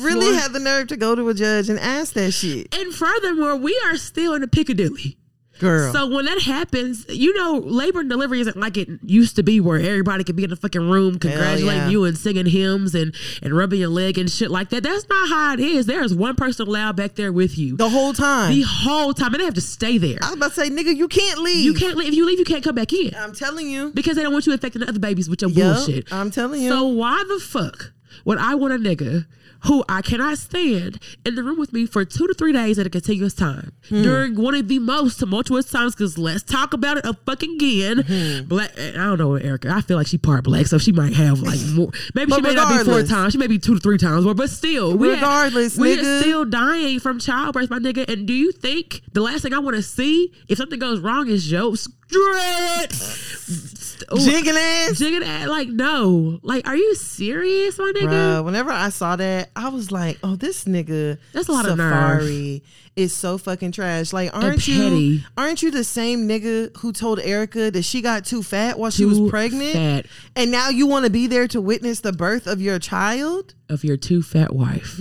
Really
Flor-
had the nerve to go to a judge and ask that shit.
And furthermore, we are still in the Piccadilly.
Girl.
So when that happens, you know, labor and delivery isn't like it used to be where everybody could be in the fucking room congratulating
yeah.
you and singing hymns and, and rubbing your leg and shit like that. That's not how it is. There is one person allowed back there with you
the whole time.
the whole time. And they have to stay there.
I was about to say, nigga, you can't leave.
you can't leave. If you leave, you can't come back in
I'm telling you.
because they don't want you affecting the other babies with your
Yup,
bullshit.
I'm telling you.
So why the fuck would I want a nigga who I cannot stand in the room with me for two to three days at a continuous time
Hmm.
during one of the most tumultuous times? Because let's talk about it a fucking again.
Hmm.
Black, I don't know Erica. I feel like she part black, so she might have like more. Maybe she
But
may not be four
regardless.
times. She may be two to three times more. But still, we had-
Regardless,
we are
nigga.
still dying from childbirth, my nigga. And do you think the last thing I want to see if something goes wrong is your straight
Jigging ass.
jigging at like no like are you serious my nigga
Bruh, whenever I saw that, I was like, "Oh, this nigga,
That's a lot of nerve.
Safari is so fucking trash." Like, aren't you?
petty.
Aren't you the same nigga who told Erica that she got too fat while she was
Too
pregnant,
fat.
and now you want to be there to witness the birth of your child,
of your too fat wife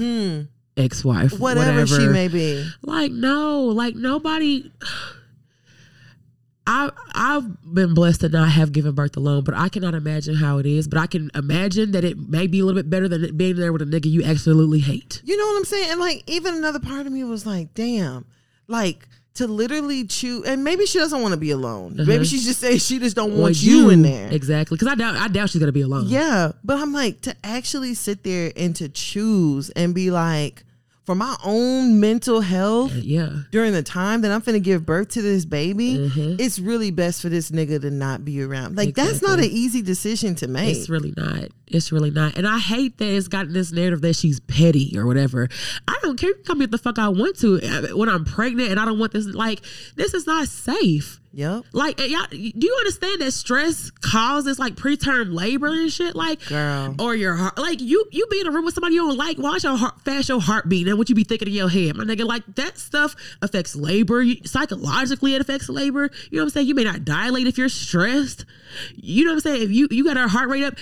ex-wife
Hmm. whatever,
whatever,
she may be?
like no like nobody I I've been blessed to not have given birth alone, but I cannot imagine how it is. But I can imagine that it may be a little bit better than it being there with a nigga you absolutely hate.
You know what I'm saying? And like, even another part of me was like, "Damn!" Like to literally choose, and maybe she doesn't want to be alone.
Uh-huh.
Maybe she's just saying she just don't want
With
you in there.
exactly? Because I doubt I doubt she's gonna be alone.
Yeah, but I'm like to actually sit there and to choose and be like, for my own mental health
yeah.
during the time that I'm finna give birth to this baby,
Mhm.
it's really best for this nigga to not be around. Like that's not an easy decision to make.
It's really not. It's really not. And I hate that it's gotten this narrative that she's petty or whatever. I don't care. You can Call me what the fuck I want to I- when I'm pregnant and I don't want this. Like, this is not safe.
yep.
Like, and y'all, do you understand that stress causes like preterm labor and shit? Like,
Girl.
or your heart. Like, you you be in a room with somebody you don't like. Watch your heart, fast your heartbeat and what you be thinking in your head, my nigga. Like that stuff affects labor. You, psychologically, it affects labor. You know what I'm saying? You may not dilate if you're stressed. You know what I'm saying? If you you got her heart rate up.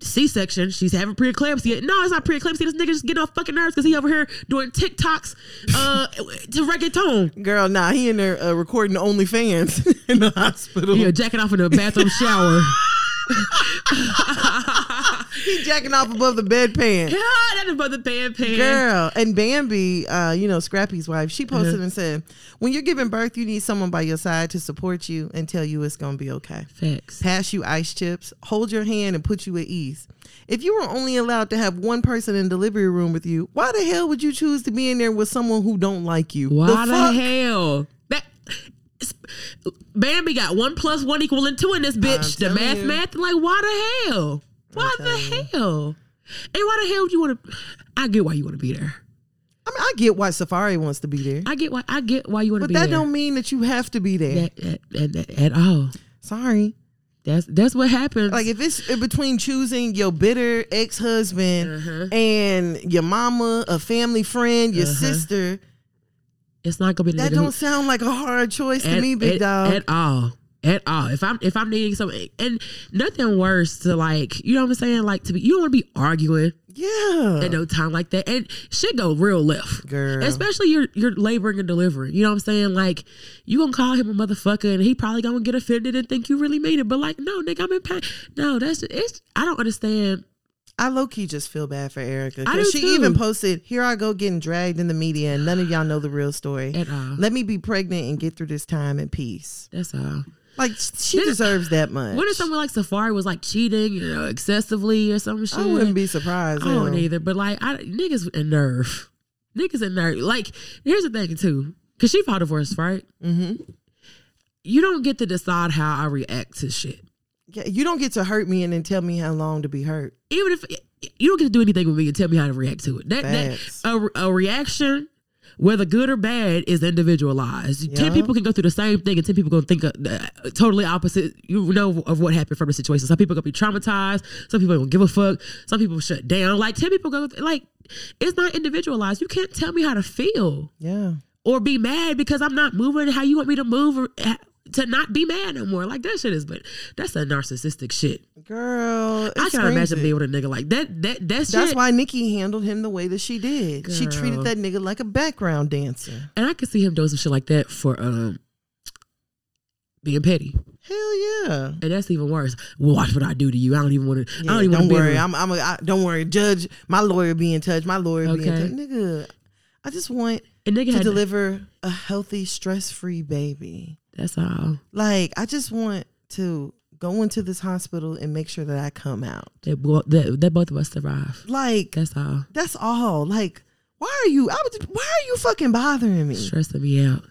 C-section. She's having preeclampsia. No, it's not preeclampsia. This nigga just getting off fucking nerves because he over here doing TikToks uh, <laughs> to reggaeton.
<laughs> Girl, nah, he in there uh, recording OnlyFans <laughs> in the hospital.
Yeah, jacking off in the bathroom shower.
He jacking off above the bedpan.
God, <laughs> that is about the band pan.
Girl, and Bambi, uh, you know, Scrappy's wife, she
Mm-hmm.
posted and said, When you're giving birth, you need someone by your side to support you and tell you it's gonna be okay.
Facts.
pass you ice chips, hold your hand, and put you at ease. If you were only allowed to have one person in the delivery room with you, why the hell would you choose to be in there with someone who don't like you?
Why the,
fuck?
hell? That Bambi got one plus one equaling two in this bitch. The
telling
math,
you.
math. Like why the hell? Why the hell? And why the hell do you want to? I get why you want to be there.
I mean, I get why Safari wants to be there,
I get why. I get why you want to
but
be
that
there.
don't mean that you have to be there.
that, that, that, that- at all.
Sorry.
That's that's what happens.
Like if it's in between choosing your bitter ex-husband
Uh-huh.
and your mama, a family friend, your sister,
it's not gonna be the
that
nigga who-
don't sound like a hard choice to me, big
at,
dog.
At all. At all. If I'm if I'm needing something and nothing worse to like, you know what I'm saying? Like to be you don't want to be arguing
yeah.
at no time like that. And shit go real left.
Uh. Girl.
Especially you're you're laboring and delivering. You know what I'm saying? Like you gonna call him a motherfucker and he probably gonna get offended and think you really mean it. But like, no, nigga, I'm in pain. No, that's it's I don't understand.
I low key just feel bad for Erica
I do
because she
too.
even posted, "Here I go getting dragged in the media, and none of y'all know the real story.
At all.
Let me be pregnant and get through this time in peace.
That's all.
Like she
Then-
deserves that much.
What if someone like Safari was like cheating, you know, excessively or some shit?
I wouldn't be surprised.
I don't
hell.
either. But like, I, niggas a nerve. Niggas a nerve. Like, here's the thing too, because she filed divorce, right? Mm-hmm. You don't get to decide how I react to shit.
Yeah, you don't get to hurt me and then tell me how long to be hurt.
Even if you don't get to do anything with me and tell me how to react to it, that, that
Facts.
a, a reaction whether good or bad is individualized. Ten
Yeah.
people can go through the same thing, and ten people gonna think of, uh, totally opposite. You know of what happened from the situation. Some people gonna be traumatized. Some people don't give a fuck. Some people shut down. Like ten people go like it's not individualized. You can't tell me how to feel
Yeah.
or be mad because I'm not moving how you want me to move or uh, to not be mad no more. Like that shit is, but that's a narcissistic shit.
Girl, it
I can't
screams
imagine
it.
being with a nigga like that. That that shit.
That's why Nikki handled him the way that she did. She treated
Girl.
that nigga like a background dancer.
and I could see him doing some shit like that for um being petty.
Hell yeah.
And that's even worse. Watch what I do to you. I don't even want to.
Yeah,
I don't even
don't
want to
worry.
Be
I'm, I'm a, I, don't worry. Judge, my lawyer be in touch. My lawyer be in
Okay.
touch. Nigga, I just want
and nigga
to
had
deliver a healthy, stress free baby.
That's all.
Like, I just want to go into this hospital and make sure that I come out.
That bo- that, that both of us survive.
Like,
That's all.
that's all. Like, why are you? I would, why are you fucking bothering me?
Stressing me out.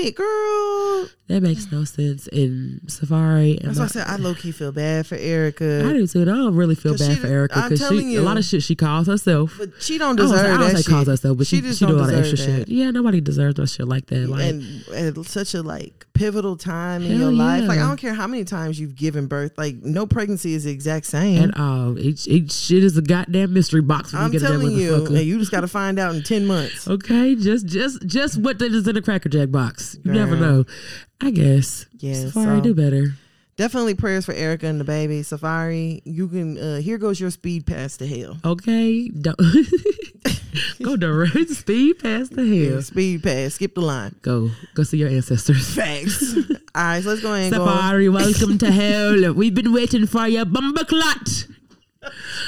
Like, girl.
That makes no sense. In Safari, and
That's why I said I low key feel bad for Erica.
I do too. and I don't really feel
'Cause
bad
she-
for Erica
I'm
because
telling
she
you.
a lot of shit she calls herself.
But she don't
I don't,
deserve
I
that
don't say
shit.
calls herself, but she, she,
just
do
don't
a lot of
deserve
extra
that.
shit. Yeah, nobody deserves no shit like that. Like
and at such a like pivotal time in
Hell
your life. Like I
yeah.
don't care how many times you've given birth. Like no pregnancy is the exact same.
at all. Each, each shit is a goddamn mystery box when
I'm
you get
telling
a
you,
damn
and
motherfucker.
you just got to find out in
<laughs>
ten months.
Okay, just just just what that is in a cracker jack box. You never
Girl.
know. I guess.
Yeah,
Safari
so-
do better.
Definitely prayers for Erica and the baby Safari. You can. Uh, here goes your speed pass to hell.
Okay, don't <laughs> go direct speed past the
Yeah,
hill.
speed pass. Skip the line.
Go go see your ancestors. <laughs>
Facts. All right, so let's go ahead and go. <laughs>
Safari, welcome to hell. We've been waiting for your bumper clot.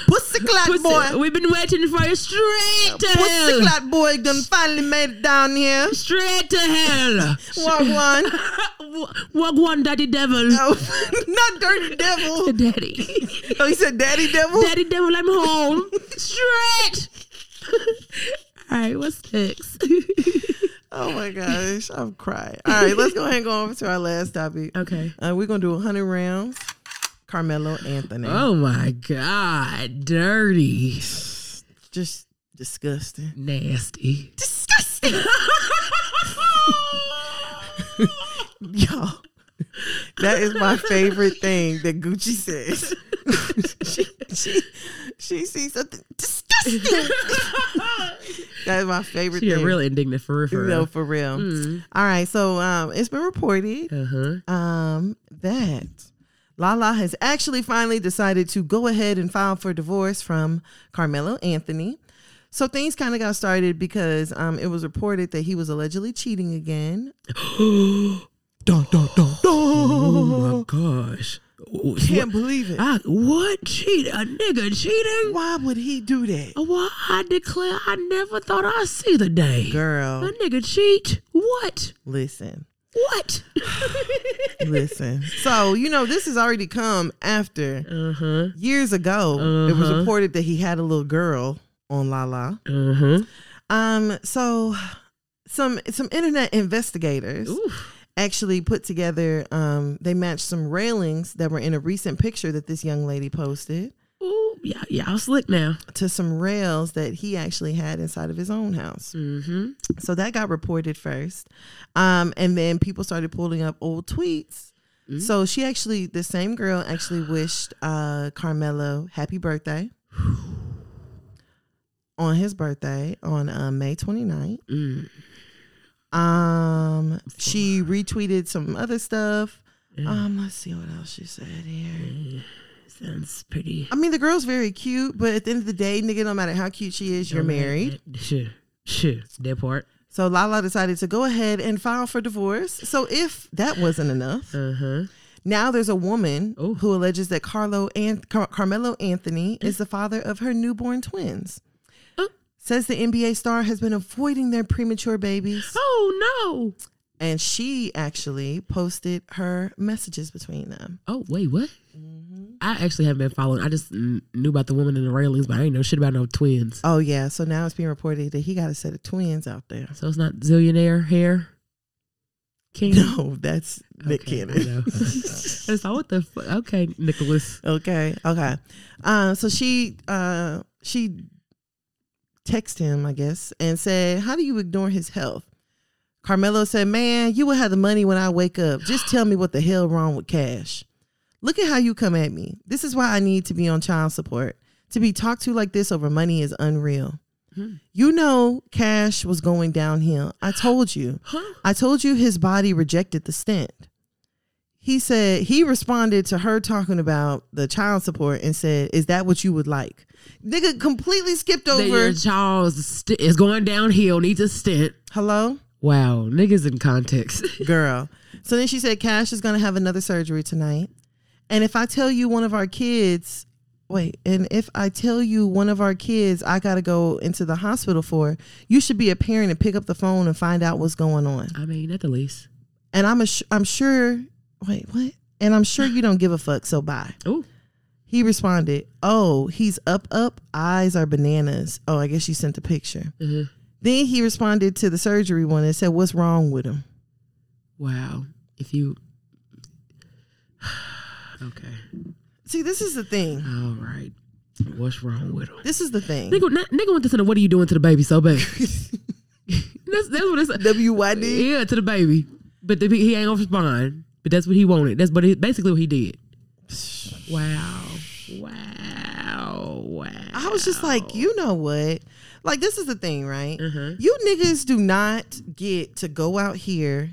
Pussy clot
Pussy-
boy.
We've been waiting for you straight to
Pussy
hell.
clot boy done finally made it
<laughs>
down here.
Straight to hell. <laughs>
Walk one.
Walk one, daddy devil.
Oh, <laughs> not dirty
<laughs>
devil.
Daddy.
<laughs> Oh, he said daddy devil.
Daddy Devil, I'm
<laughs>
home. Stretch. <laughs> All right, what's
<laughs>
next?
Oh my gosh, I'm crying. All right, let's go ahead and go over to our last topic.
okay.
Uh, we're gonna do 100 rounds. Carmelo Anthony,
Oh my God, dirty,
just disgusting. <laughs>
nasty.
Disgusting, y'all. That is my favorite thing that Gucci says. <laughs> she, she, she sees something
<laughs>
disgusting. that is my
<laughs>
favorite
You're
thing.
really indignant for real. Mm. For
no, for real. All right, so um, it's been reported
Uh huh.
um, that Lala has actually finally decided to go ahead and file for divorce from Carmelo Anthony. So things kind of got started because um, it was reported that he was allegedly cheating again. <gasps> dun, dun, dun, dun.
Uh-huh. Oh my gosh.
Can't believe it.
I, what cheat? A nigga cheating?
Why would he do that?
Oh, Why I declare I never thought I'd see the day. A
Girl,
nigga cheat? What?
listen. <laughs>
What?
Listen. So, you know, this has already come after
uh huh.
years ago. It was
Uh-huh.
reported that he had a little girl on Lala.
Uh
uh-huh.
huh.
Um, so some some internet investigators
Oof.
actually put together um they matched some railings that were in a recent picture that this young lady posted
Ooh, yeah, y'all slick now.
to some rails that he actually had inside of his own house.
Mm-hmm.
So that got reported first. Um and then people started pulling up old tweets.
Mm-hmm.
So she actually the same girl actually wished uh Carmelo
<sighs>
happy birthday on his birthday on uh, May 29th.
Mm.
Um, she retweeted some other stuff. Um, let's see what else she said here.
Sounds pretty. <laughs>
I mean, the girl's very cute, but at the end of the day, nigga, no matter how cute she is, you're married.
Sure, sure. That part.
So Lala decided to go ahead and file for divorce. So if that wasn't enough,
Uh huh.
now there's a woman
Ooh.
who alleges that Carlo and Car- Carmelo Anthony is the father of her newborn twins.
Mm. Oh.
Says the NBA star has been avoiding their premature babies.
Oh no.
and she actually posted her messages between them.
Oh wait, what?
Mm-hmm.
I actually haven't been following. I just mm, knew about the woman in the railings, but I ain't know shit about no twins.
Oh yeah, so now it's being reported that he got a set of twins out there. <laughs>
So it's not zillionaire hair. King.
No, that's Nick
Okay, I
Cannon.
know. <laughs> it's like what the fuck? Okay, Nicholas.
uh, Okay, okay. Um, so she uh she text him, I guess, and said, How do you ignore his health? Carmelo said, Man, you will have the money when I wake up. Just tell me what the hell wrong with cash. Look at how you come at me. This is why I need to be on child support. To be talked to like this over money is unreal.
Hmm.
You know, Cash was going downhill. I told you.
Huh?
I told you his body rejected the stent. He said he responded to her talking about the child support and said, "Is that what you would like?" Nigga completely skipped
That your
over.
Charles st- is going downhill, needs a stint.
Hello,
Wow, niggas in context. <laughs>
girl. So then she said, "Cash is going to have another surgery tonight, and if I tell you one of our kids, wait, and if I tell you one of our kids, I got to go into the hospital for, you should be a parent and pick up the phone and find out what's going on."
I mean, at the least.
And I'm a I'm sure. Wait, what? And I'm sure you don't give a fuck. So bye.
Oh,
He responded, Oh, he's up, up. Eyes are bananas. Oh, I guess you sent the picture.
Mhm.
Then he responded to the surgery one and said, What's wrong with him?
wow. If you. <sighs> Okay.
See, this is the thing.
All right. What's wrong with him?
This is the thing.
Nigga, na- nigga want this in the what are you doing to the baby so <laughs> bad? that's, that's what it's. <laughs>
WYD.
Yeah, to the baby. But the, he ain't gonna respond. But that's what he wanted. That's but he, basically what he did. Wow. Wow. Wow.
I was just like, You know what? Like, this is the thing, right?
Uh-huh.
You niggas do not get to go out here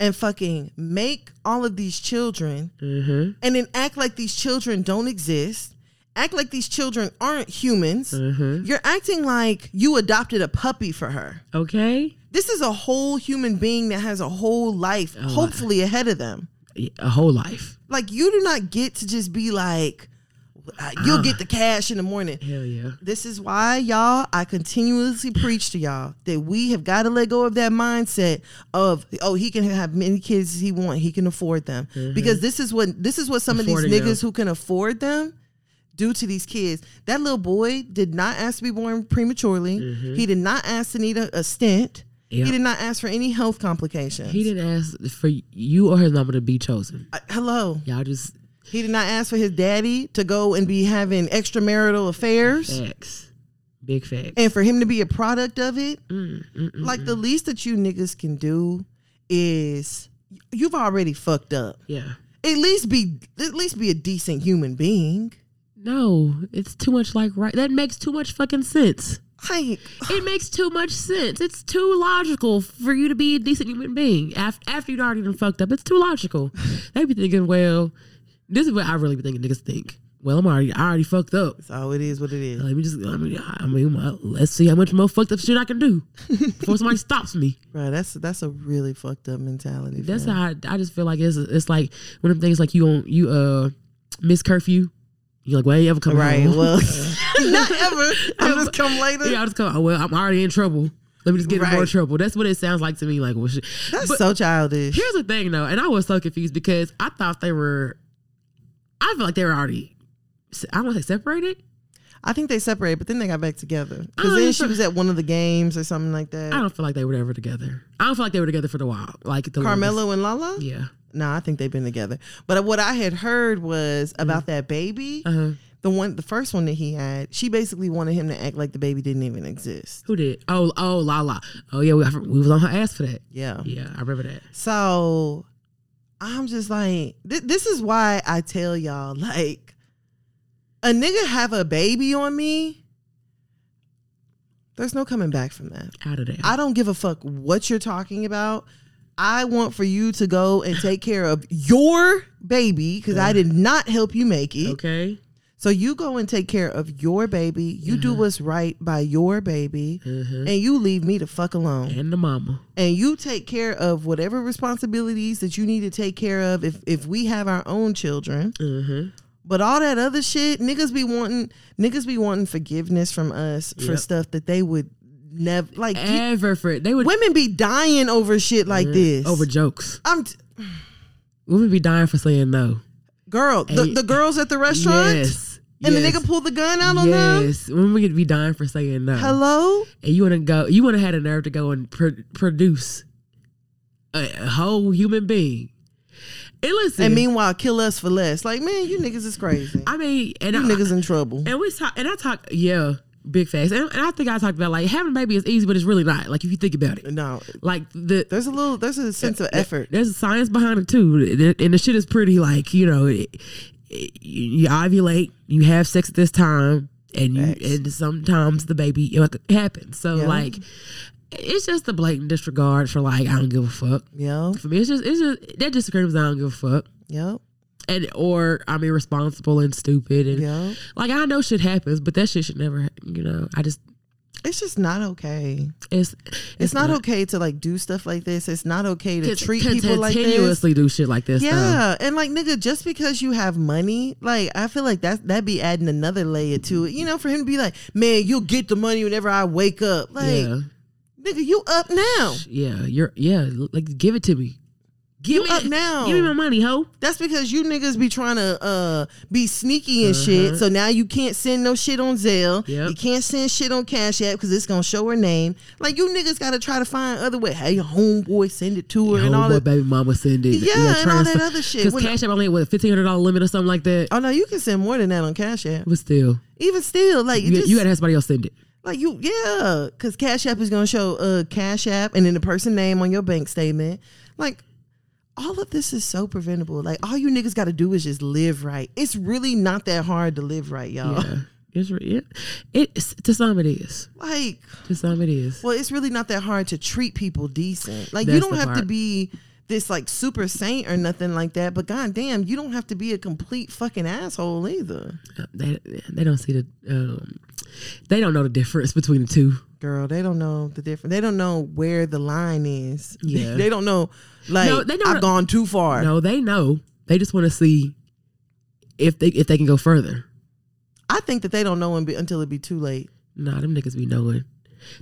and fucking make all of these children
Mm-hmm.
and then act like these children don't exist, act like these children aren't humans.
Mm-hmm.
You're acting like you adopted a puppy for her.
Okay.
This is a whole human being that has a whole life, hopefully ahead of them.
Yeah, A whole life.
Like you do not get to just be like, uh, you'll get the cash in the morning.
Hell yeah.
This is why, y'all, I continuously preach to y'all that we have got to let go of that mindset of, oh, he can have many kids as he want, he can afford them. Because this is what this is what some of
Mm-hmm. Affording
these
them.
niggas who can afford them do to these kids. That little boy did not ask to be born prematurely. He did not ask to need a, a stent.
Mm-hmm. Yep.
He did not ask for any health complications.
He didn't ask for you or his mama to be chosen.
Uh, hello.
Y'all just
He did not ask for his daddy to go and be having extramarital affairs.
Mm-hmm. facts. Big facts.
and for him to be a product of it,
Mm,
like the least that you niggas can do is you've already fucked up.
yeah.
At least be at least be a decent human being.
No, it's too much like right. That makes too much fucking sense.
Like
<sighs> It makes too much sense. It's too logical for you to be a decent human being after after you'd already done fucked up. It's too <sighs> logical. they be thinking, well, this is what I really be thinking. Niggas think, well, I'm already I already fucked up.
so it is what it is.
Let me just, I mean, I mean, well, let's see how much more fucked up shit I can <laughs> do before somebody stops me.
Bro, that's that's a really fucked up mentality.
That's
fam.
how I, I just feel like it's it's like one of them things like you on you uh miss curfew. You're like, well, I ain't ever coming
right.
home.
Well, <laughs> not ever. I'm just come later.
<laughs> yeah, I just come. Oh, well, I'm already in trouble. Let me just get in more
Right.
trouble. That's what it sounds like to me. Like, well, shit.
that's
But-
so childish.
Here's the thing though, and I was so confused because I thought they were. I feel like they were already. se- I don't want to say separated.
I think they separated, but then they got back together.
Oh,
Because then
that's
she
right.
was at one of the games or something like
I
that.
don't feel like they were ever together. I don't feel like they were together for the while. Like the
Carmelo and Lala.
longest. Yeah.
No, I think they've been together. But what I had heard was about that baby,
Uh huh.
the one, the first one that he had. She basically wanted him to act like the baby didn't even exist.
Who did? Oh, oh, la la. Oh yeah, we, I- we was on her ass for that.
Yeah.
Yeah, I remember that.
So I'm just like, th- this is why I tell y'all, like, a nigga have a baby on me. There's no coming back from that.
Out of that.
I don't give a fuck what you're talking about. I want for you to go and take care of your baby because I did not help you make it.
okay.
So you go and take care of your baby. You do
Mm-hmm.
what's right by your baby.
Uh-huh.
And you leave me the fuck alone.
And the mama.
And you take care of whatever responsibilities that you need to take care of if if we have our own children.
Uh-huh.
But all that other shit, niggas be wanting niggas be wanting forgiveness from us for
Yep.
stuff that they would never like you-
Ever for it. They would
women be dying over shit like this.
Mm-hmm. over jokes.
I'm t-
Women be dying for saying no.
girl, the,
Hey.
the girls at the restaurant
Yes.
and
yes.
the nigga pulled the gun out on them.
Yes, women would be dying for saying no.
Hello?
and you want to go, you want to had the nerve to go and pr- produce a, a whole human being. And listen,
And meanwhile, kill us for less. Like, man, you niggas is crazy.
I mean, and
you
I,
niggas in trouble.
and we talk, and I talk, yeah, Big facts. And, and I think I talked about like having a baby is easy, but it's really not. Like if you think about it,
No,
like the
there's a little, there's a sense of effort.
there's science behind it too, and it- and the shit is pretty like you know, it, it- you ovulate, you have sex at this time, and you
Facts.
and sometimes the baby you know, it happens. So
Yeah.
like, it's just a blatant disregard for like I don't give a fuck.
Yep,
For me, it's just it's just that just screams I don't give a fuck,
yep,
and or I'm irresponsible and stupid, and
yep.
like I know shit happens, but that shit should never, ha- you know. I just
It's just not okay.
it's
It's not okay to like do stuff like this. It's not okay to
Con-
treat
con-
people like this.
continuously do shit like this. though.
Yeah, and like nigga, just because you have money, like I feel like that that be adding another layer to it. You know, for him to be like, man, you'll get the money whenever I wake up. Like,
yeah,
nigga, you up now.
yeah, you're yeah. Like give it to me. Give me
up now.
Give me my money, ho.
That's because you niggas be trying to uh be sneaky and shit. So now you can't send no shit on Zelle.
Mm-hmm. Yep.
You can't send shit on Cash App because it's gonna show her name. Like you niggas gotta try to find other way. Hey, your homeboy, send it to her and all
Homeboy,
that.
Oh, baby mama send it.
Yeah, and all that
transfer.
other shit.
Cause
When-
cash app only what fifteen hundred dollar limit or something like that.
Oh no, you can send more than that on Cash App.
But still,
Even still, like
you,
just,
you gotta have somebody else send it.
like you yeah, because Cash App is gonna show uh Cash App and then the person name on your bank statement. Like all of this is so preventable. Like all you niggas gotta do is just live right. It's really not that hard to live right, y'all.
Yeah, it's re- yeah. It's to some it is.
Like
To some it is.
Well, it's really not that hard to treat people decent. Like you
That's
don't
the
have to
part.
be this like super saint or nothing like that. But goddamn, you don't have to be a complete fucking asshole either.
Uh, They they don't see the um, they don't know the difference between the two.
Girl, they don't know the difference. They don't know where the line is. <laughs>
Yeah.
they don't know. Like
No, they know
I've
the-
gone too far.
No, they know. They just want to see if they if they can go further.
I think that they don't know unbe- until it be too late.
Nah, them niggas be knowing.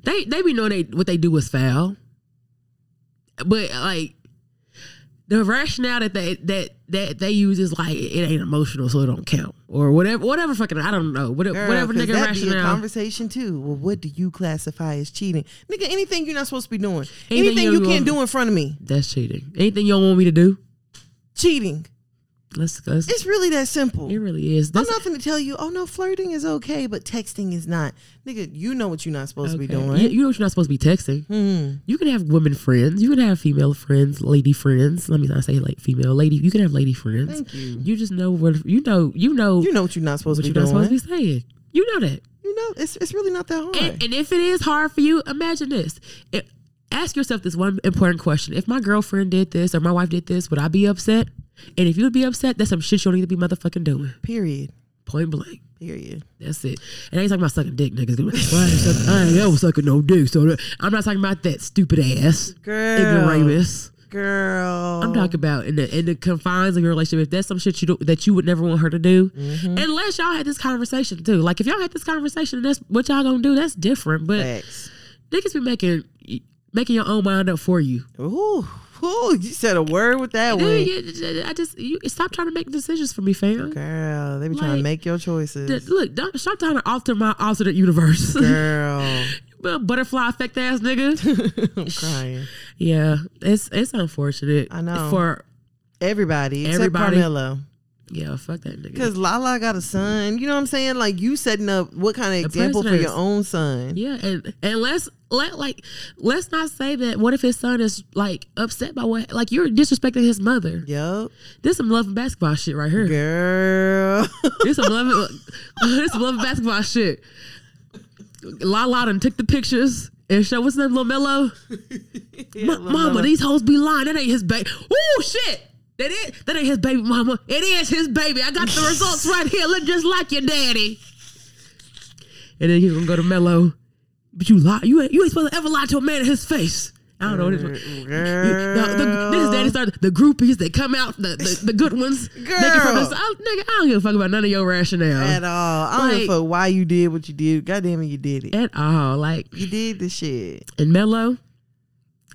They they be knowing they, what they do is foul. But like the rationale that they that that they use is like it ain't emotional, so it don't count or whatever whatever fucking I don't know whatever
Girl,
whatever
'cause
nigga
that be a
rationale.
conversation too. Well, what do you classify as cheating, nigga? Anything you're not supposed to be doing.
Anything
Anything,
you
you
don't-
can't do in front of me.
That's cheating. Anything you don't want me to do,
Cheating.
let's let's.
It's really that simple.
it really is.
I'm
That's
not gonna tell you, oh no, flirting is okay, but texting is not. Nigga, you know what you're not supposed to be
okay.
doing.
You, you know what you're not supposed to be texting.
Mhm.
You can have women friends. You can have female friends, lady friends. Let me not say like female lady. You can have lady friends.
Thank you.
You just know what you know. You know
You know what you're not supposed
what
to
you're
be
not
doing.
supposed to be saying. You know that.
You know, it's it's really not that hard.
And, and if it is hard for you, imagine this. If, ask yourself this one important question: If my girlfriend did this or my wife did this, would I be upset? And if you would be upset, that's some shit you don't need to be motherfucking doing.
period.
Point blank.
Period.
That's it. And I ain't talking about sucking dick, niggas. Well, I ain't, suck, I ain't ever sucking no dick. So that- I'm not talking about that stupid ass
Girl.
ignoramus.
Girl.
I'm talking about in the in the confines of your relationship. If that's some shit you do, that you would never want her to do,
Mm-hmm.
unless y'all had this conversation too. Like if y'all had this conversation, and that's what y'all gonna do. That's different. But
facts.
niggas be making making your own mind up for you.
Ooh, ooh, you said a word with that
Dude,
one.
you- I just you stop trying to make decisions for me, fam.
Girl, they be trying to
Like,
make your choices.
Look, don't stop trying to alter my alternate universe. <laughs>
Girl.
Little butterfly effect ass
<laughs>
nigga. <laughs>
I'm crying.
yeah, it's it's unfortunate.
I know.
For
Everybody except
Everybody.
Carmelo.
yeah, fuck that nigga.
Because Lala got a son. You know what I'm saying? Like you setting up what kind of example for your
precedence.
own son.
Yeah, and and let's let like let's not say that. What if his son is like upset by what? Like you're disrespecting his mother.
Yup.
This some love and basketball shit right here. <laughs>
Girl.
This some love. <laughs> this some love and basketball shit. La La done took the pictures and show what's his name, Lomelo. mama, these hoes be lying. That ain't his baby. Ooh, shit. That is that ain't his baby, mama. It is his baby. I got the results right here. Look just like your daddy. And then he's gonna go to Mello. But you lie. You ain't, you ain't supposed to ever lie to a man in his face. I don't know what this one. The, the, this is daddy started the groupies. They come out the the, the good ones.
<laughs>
They can from
Girl.
us. I, nigga, I don't give a fuck about none of your rationale
at all. I don't give a
Like-
fuck why you did what you did. God damn it, you did it.
at all. Like
You did the shit.
and Mello.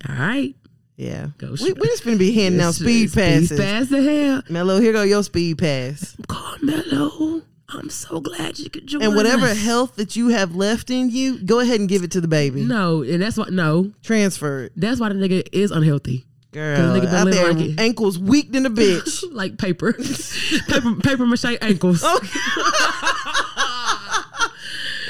All right,
Yeah.
Go
we,
straight.
we just gonna be handing out
It's-
speed
it's
passes.
Speed pass to hell.
Mello, here go your speed
<laughs>
pass.
Carmelo, I'm so glad you could join.
And whatever
us.
health that you have left in you, go ahead and give it to the baby.
No, and that's why no,
Transfer it.
that's why the nigga is unhealthy. <laughs>
Girl,
nigga been
out
living
there,
like it.
ankles
<laughs>
weak than a bitch.
like
<laughs>
paper,
Oh.
paper, paper mache ankles.
Okay.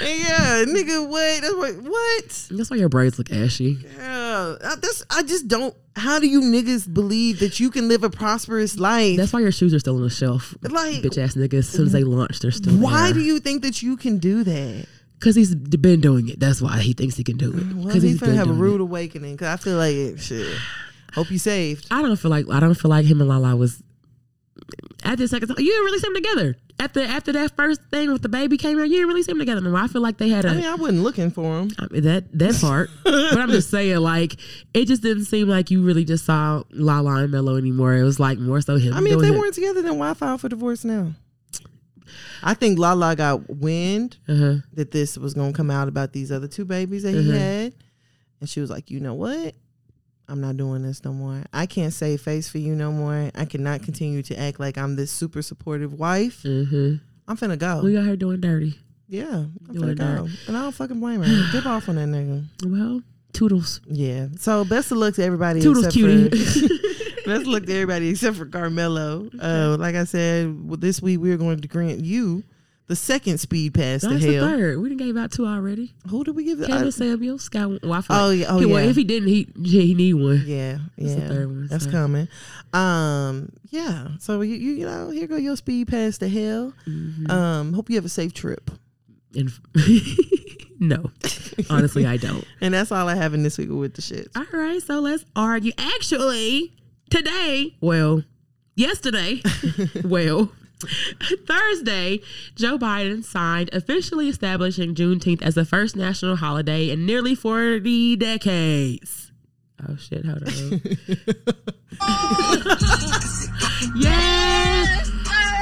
And yeah, nigga, what? That's what? What?
That's why your braids look ashy.
Yeah, I, that's, I just don't. How do you niggas believe that you can live a prosperous life?
That's why your shoes are still on the shelf.
Like-
bitch ass niggas. As soon as they launch, they're still.
Why do you think that you can do that?
Because he's d- been doing it. That's why he thinks he can do it. Because
Well, he's gonna have a
doing
rude
it.
awakening. Cause I feel like it, shit. Hope you saved.
I don't feel like I don't feel like him and Lala was at the second time. You didn't really see them together after after that first thing with the baby came out. You didn't really see them together. No, more. I feel like they had a.
I mean, I wasn't looking for him.
I mean, that that
<laughs>
part. but I'm just saying, like, it just didn't seem like you really just saw Lala and Mello anymore. It was like more so him.
I mean, if they
doing it.
weren't together, then why file for divorce now? I think Lala got wind
Uh-huh.
that this was gonna come out about these other two babies that he
Mhm.
had, and she was like, "You know what? I'm not doing this no more. I can't save face for you no more. I cannot continue to act like I'm this super supportive wife.
Mm-hmm.
I'm finna go.
We got her doing dirty.
Yeah, I'm
Doing
finna go. And I don't fucking blame her. Dip off on that nigga.
Well, toodles,
Yeah. So best of luck to everybody.
toodles,
except
cutie. <laughs>
for- <laughs> Let's look to everybody except for Carmelo. Uh, like I said, well, this week we're going to grant you the second speed pass to
That's the
hell.
third. We done gave out two already.
Who did we give the?
Kevin
uh,
Samuels got one. Well, I feel
oh
like-
yeah, oh
he- well,
yeah.
if he didn't, he he need one.
yeah,
That's the
yeah.
third one,
That's
so.
coming. Um, yeah. So you, you you know here go your speed pass to hell.
Mm-hmm.
Um, hope you have a safe trip.
And <laughs> no, honestly, I don't.
And that's all I have in this week with the shit.
All right, so let's argue. Actually, today, well, yesterday, <laughs> well, Thursday, Joe Biden signed officially establishing Juneteenth as the first national holiday in nearly 40 decades. Oh shit, hold on. <laughs> yeah.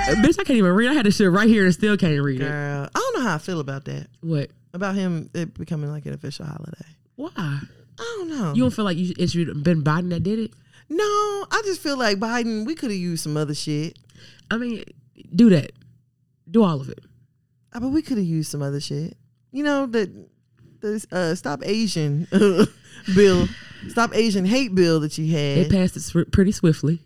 Bitch, I can't even read. I had this shit right here and still can't read it.
Girl, I don't know how I feel about that.
What?
About him it becoming like an official holiday.
Why?
I don't know.
You don't feel like you, it's been Biden that did it?
no, I just feel like Biden. We could have used some other shit.
I mean, do that. Do all of it.
Uh, but we could have used some other shit. You know the the uh, stop Asian <laughs> bill, stop Asian hate bill that you
It
had.
passed it swi- pretty swiftly.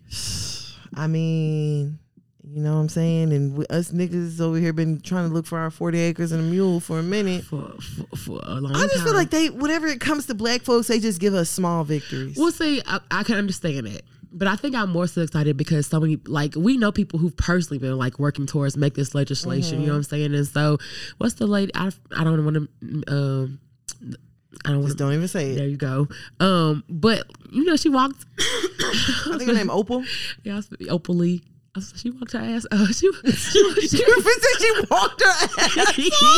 I mean, you know what I'm saying. And w us niggas over here been trying to look for our 40 acres and a mule for a minute.
for for, for a long
I just
time.
feel like they, whenever it comes to black folks, they just give us small victories.
we'll see. I, I can understand that, but I think I'm more so excited because so many like we know people who've personally been like working towards make this legislation.
Mm-hmm.
You know what I'm saying? And so, what's the lady? I I don't want to. Um, I don't want
just
to.
don't even say
There
it.
you go. Um, but you know she walked.
I think her name Opal.
Yeah, I was- Opal Lee. I was- She walked her ass. Uh, <laughs> she, she, she,
<laughs> You said she walked her ass.
<laughs>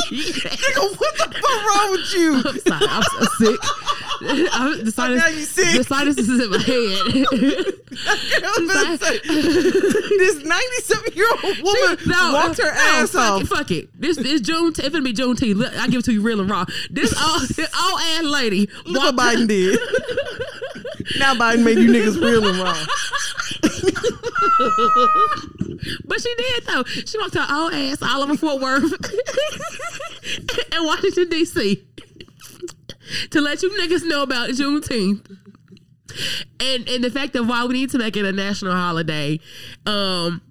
Nigga, what the fuck wrong with you?
I'm sorry. I'm so sick. <laughs> I'm, the sinus,
now you sick.
The sinuses is in my head.
<laughs>
<laughs>
I was about to say, this 97 year old woman walked her
no,
ass
fuck
off.
It, fuck it. This is June. It's gonna be Juneteenth. Look, I give it to you real and raw. This all this all ass lady.
Look what
walked- <laughs>
Biden did. now Biden made you niggas real and wrong.
But she did though. She walked her old ass all over Fort Worth <laughs> and Washington D.C. to let you niggas know about Juneteenth. And and the fact of why we need to make it a national holiday. Um,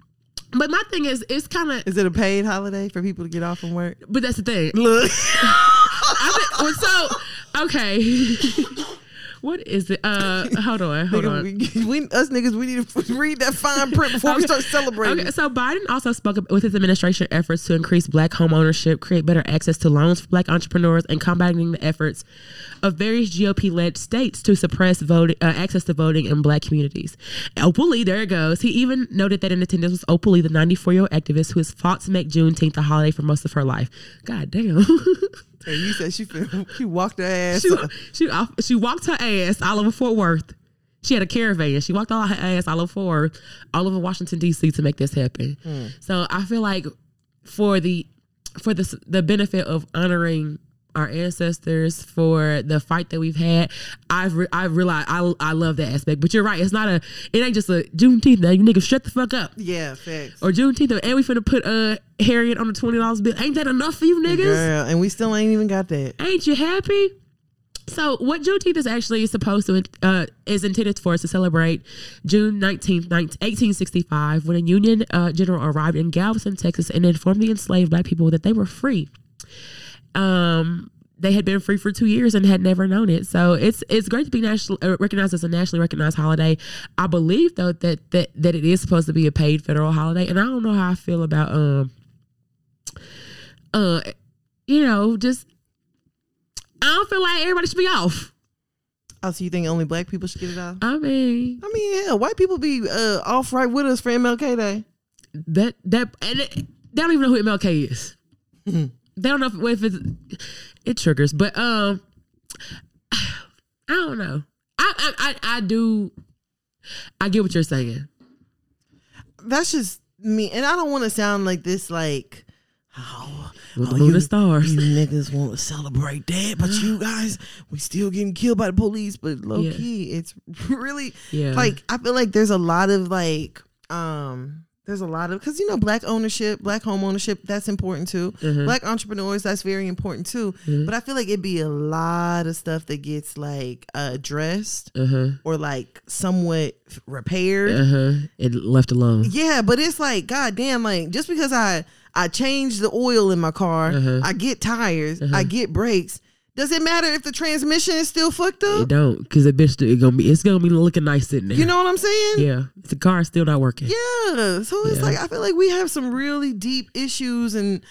but my thing is, it's kind of.
Is it a paid holiday for people to get off from work?
But that's the thing.
Look,
I think, so okay. <laughs> what is it? Uh, hold on, hold
nigga,
on.
we, we- us niggas, we need to read that fine print before we start celebrating.
Okay, so Biden also spoke ab- with his administration efforts to increase black home ownership, create better access to loans for black entrepreneurs, and combating the efforts of various GOP led states to suppress voting, uh, access to voting in black communities. Opal Lee, there it goes. He even noted that in attendance was Opal Lee, the 94 year old activist who has fought to make Juneteenth a holiday for most of her life. God damn. <laughs>
And you said she fin- she walked her ass.
she,
off.
she, off, she walked her ass all over Fort Worth. She had a caravan. She walked all her ass all over Fort Worth, all over Washington D.C. to make this happen. So I feel like for the for the s- the benefit of honoring our ancestors for the fight that we've had, I've re- I realized I I love that aspect. But you're right. It's not a it ain't just a Juneteenth. Now you niggas shut the fuck up.
yeah, facts.
Or Juneteenth, and we finna put uh Harriet on the twenty dollars bill. Ain't that enough for you niggas?
Girl, and we still ain't even got that.
Ain't you happy? So, what Juneteenth is actually supposed to uh, is intended for us to celebrate June 19th, 19- 1865, when a Union uh, general arrived in Galveston, Texas, and informed the enslaved black people that they were free. um, they had been free for two years and had never known it. So it's it's great to be national uh, recognized as a nationally recognized holiday. I believe though that that that it is supposed to be a paid federal holiday, and I don't know how I feel about um, uh, you know, just I don't feel like everybody should be off.
Oh, so you think only black people should get it off?
I mean,
I mean, yeah, white people be uh, off right with us for MLK Day.
that that and it, they don't even know who MLK is.
Mm-hmm.
They don't know if, if it's it triggers, but um, <sighs> I don't know. I I I, I do. I get what you're saying.
That's just me, and I don't want to sound like this, like. Oh,
With the
oh,
moon
you,
and stars.
you niggas want to celebrate that, but
<sighs>
you guys, we still getting killed by the police. But low
Yeah.
key, it's <laughs> really
Yeah.
like I feel like there's a lot of like um there's a lot of because you know black ownership, black home ownership that's important too.
Mm-hmm.
Black entrepreneurs that's very important too. But I feel like it'd be a lot of stuff that gets like uh, addressed
Uh huh.
or like somewhat repaired.
Uh huh. And left alone.
Yeah, but it's like, god damn, like just because I I change the oil in my car,
Mm-hmm.
I get tires, I get brakes. Does it matter if the transmission is still fucked
It
up?
don't because that bitch it gonna be it's gonna be looking nice sitting there.
You know what I'm saying?
Yeah. The car's still not working.
Yeah. So it's
Yeah.
like I feel like we have some really deep issues and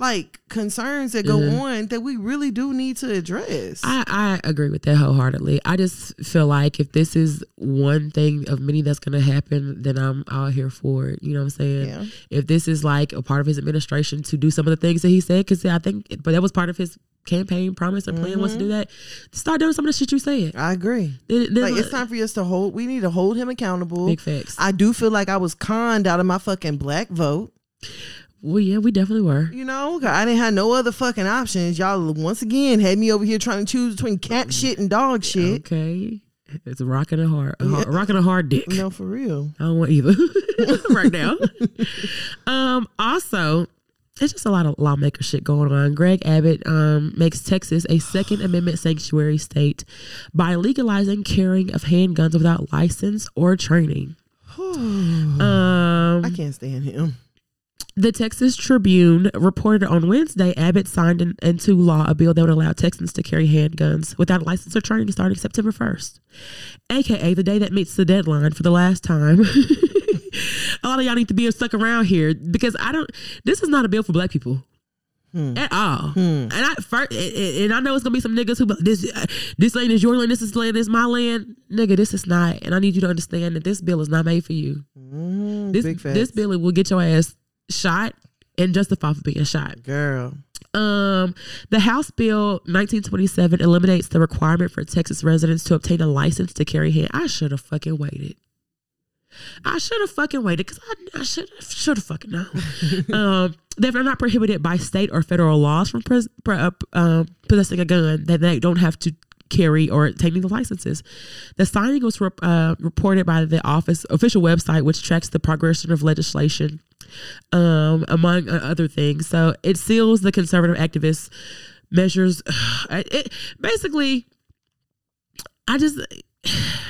like concerns that go on that we really do need to address.
Mm-hmm. I, I agree with that wholeheartedly. I just feel like if this is one thing of many that's going to happen, then I'm all here for it. You know what I'm saying?
Yeah.
If this is like a part of his administration to do some of the things that he said, because I think, but that was part of his campaign promise and plan was to do that. Start doing some of the shit you said.
I agree.
Then- then
Mm-hmm. Like
let-
it's time for us to hold. We need to hold him accountable.
Big facts.
I do feel like I was conned out of my fucking black vote.
well, yeah, we definitely were.
You know, 'cause I didn't have no other fucking options. Y'all once again had me over here trying to choose between
Mm-hmm.
cat shit and dog shit.
Okay. It's rocking a hard, a hard rocking a hard dick.
No, for real.
I don't want either <laughs> right now. um, also, it's just a lot of lawmaker shit going on. Greg Abbott um, makes Texas a Second Amendment sanctuary state by legalizing carrying of handguns without license or training. um,
I can't stand him.
the Texas Tribune reported on Wednesday Abbott signed in, into law a bill that would allow Texans to carry handguns without license or training starting September 1st, aka the day that meets the deadline for the last time. <laughs> a lot of y'all need to be stuck around here because I don't, this is not a bill for black people. At all, and I first, and I know it's gonna be some niggas who be- this uh, this land is your land, this is land, this is my land, nigga. This is not, and I need you to understand that this bill is not made for you
Mm,
this
big fat
this Billy will get your ass shot and justified for being shot.
girl.
Um, the House Bill 1927 eliminates the requirement for Texas residents to obtain a license to carry hand. I should have fucking waited. I should have fucking waited because I, I should should have fucking known. um, that they're not prohibited by state or federal laws from pres- pr- uh, um, possessing a gun that they don't have to carry or obtaining the licenses. The signing was rep- uh, reported by the office official website, which tracks the progression of legislation um, among uh, other things. So it seals the conservative activists' measures. <sighs> It, it- basically, I just. <sighs>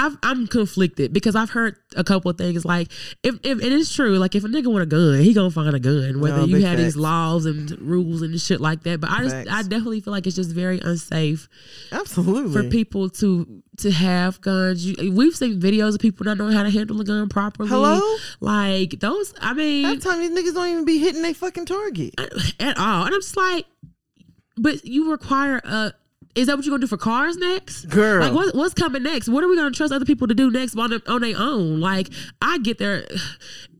I've, I'm conflicted because I've heard a couple of things like if, if and it's true like if a nigga want a gun he gonna find a gun whether
No,
you
big
had
facts.
these laws and rules and shit like that but I just
Facts.
I definitely feel like it's just very unsafe
Absolutely.
for people to to have guns. You, we've seen videos of people not knowing how to handle a gun properly.
Hello?
like those. I
Half
mean,
time these niggas don't even be hitting their fucking target.
at all. And I'm just like, but you require a. Is that what you're gonna do for cars next,
Girl.
Like, what, what's coming next? What are we gonna trust other people to do next on their, on their own? Like, I get there. <sighs>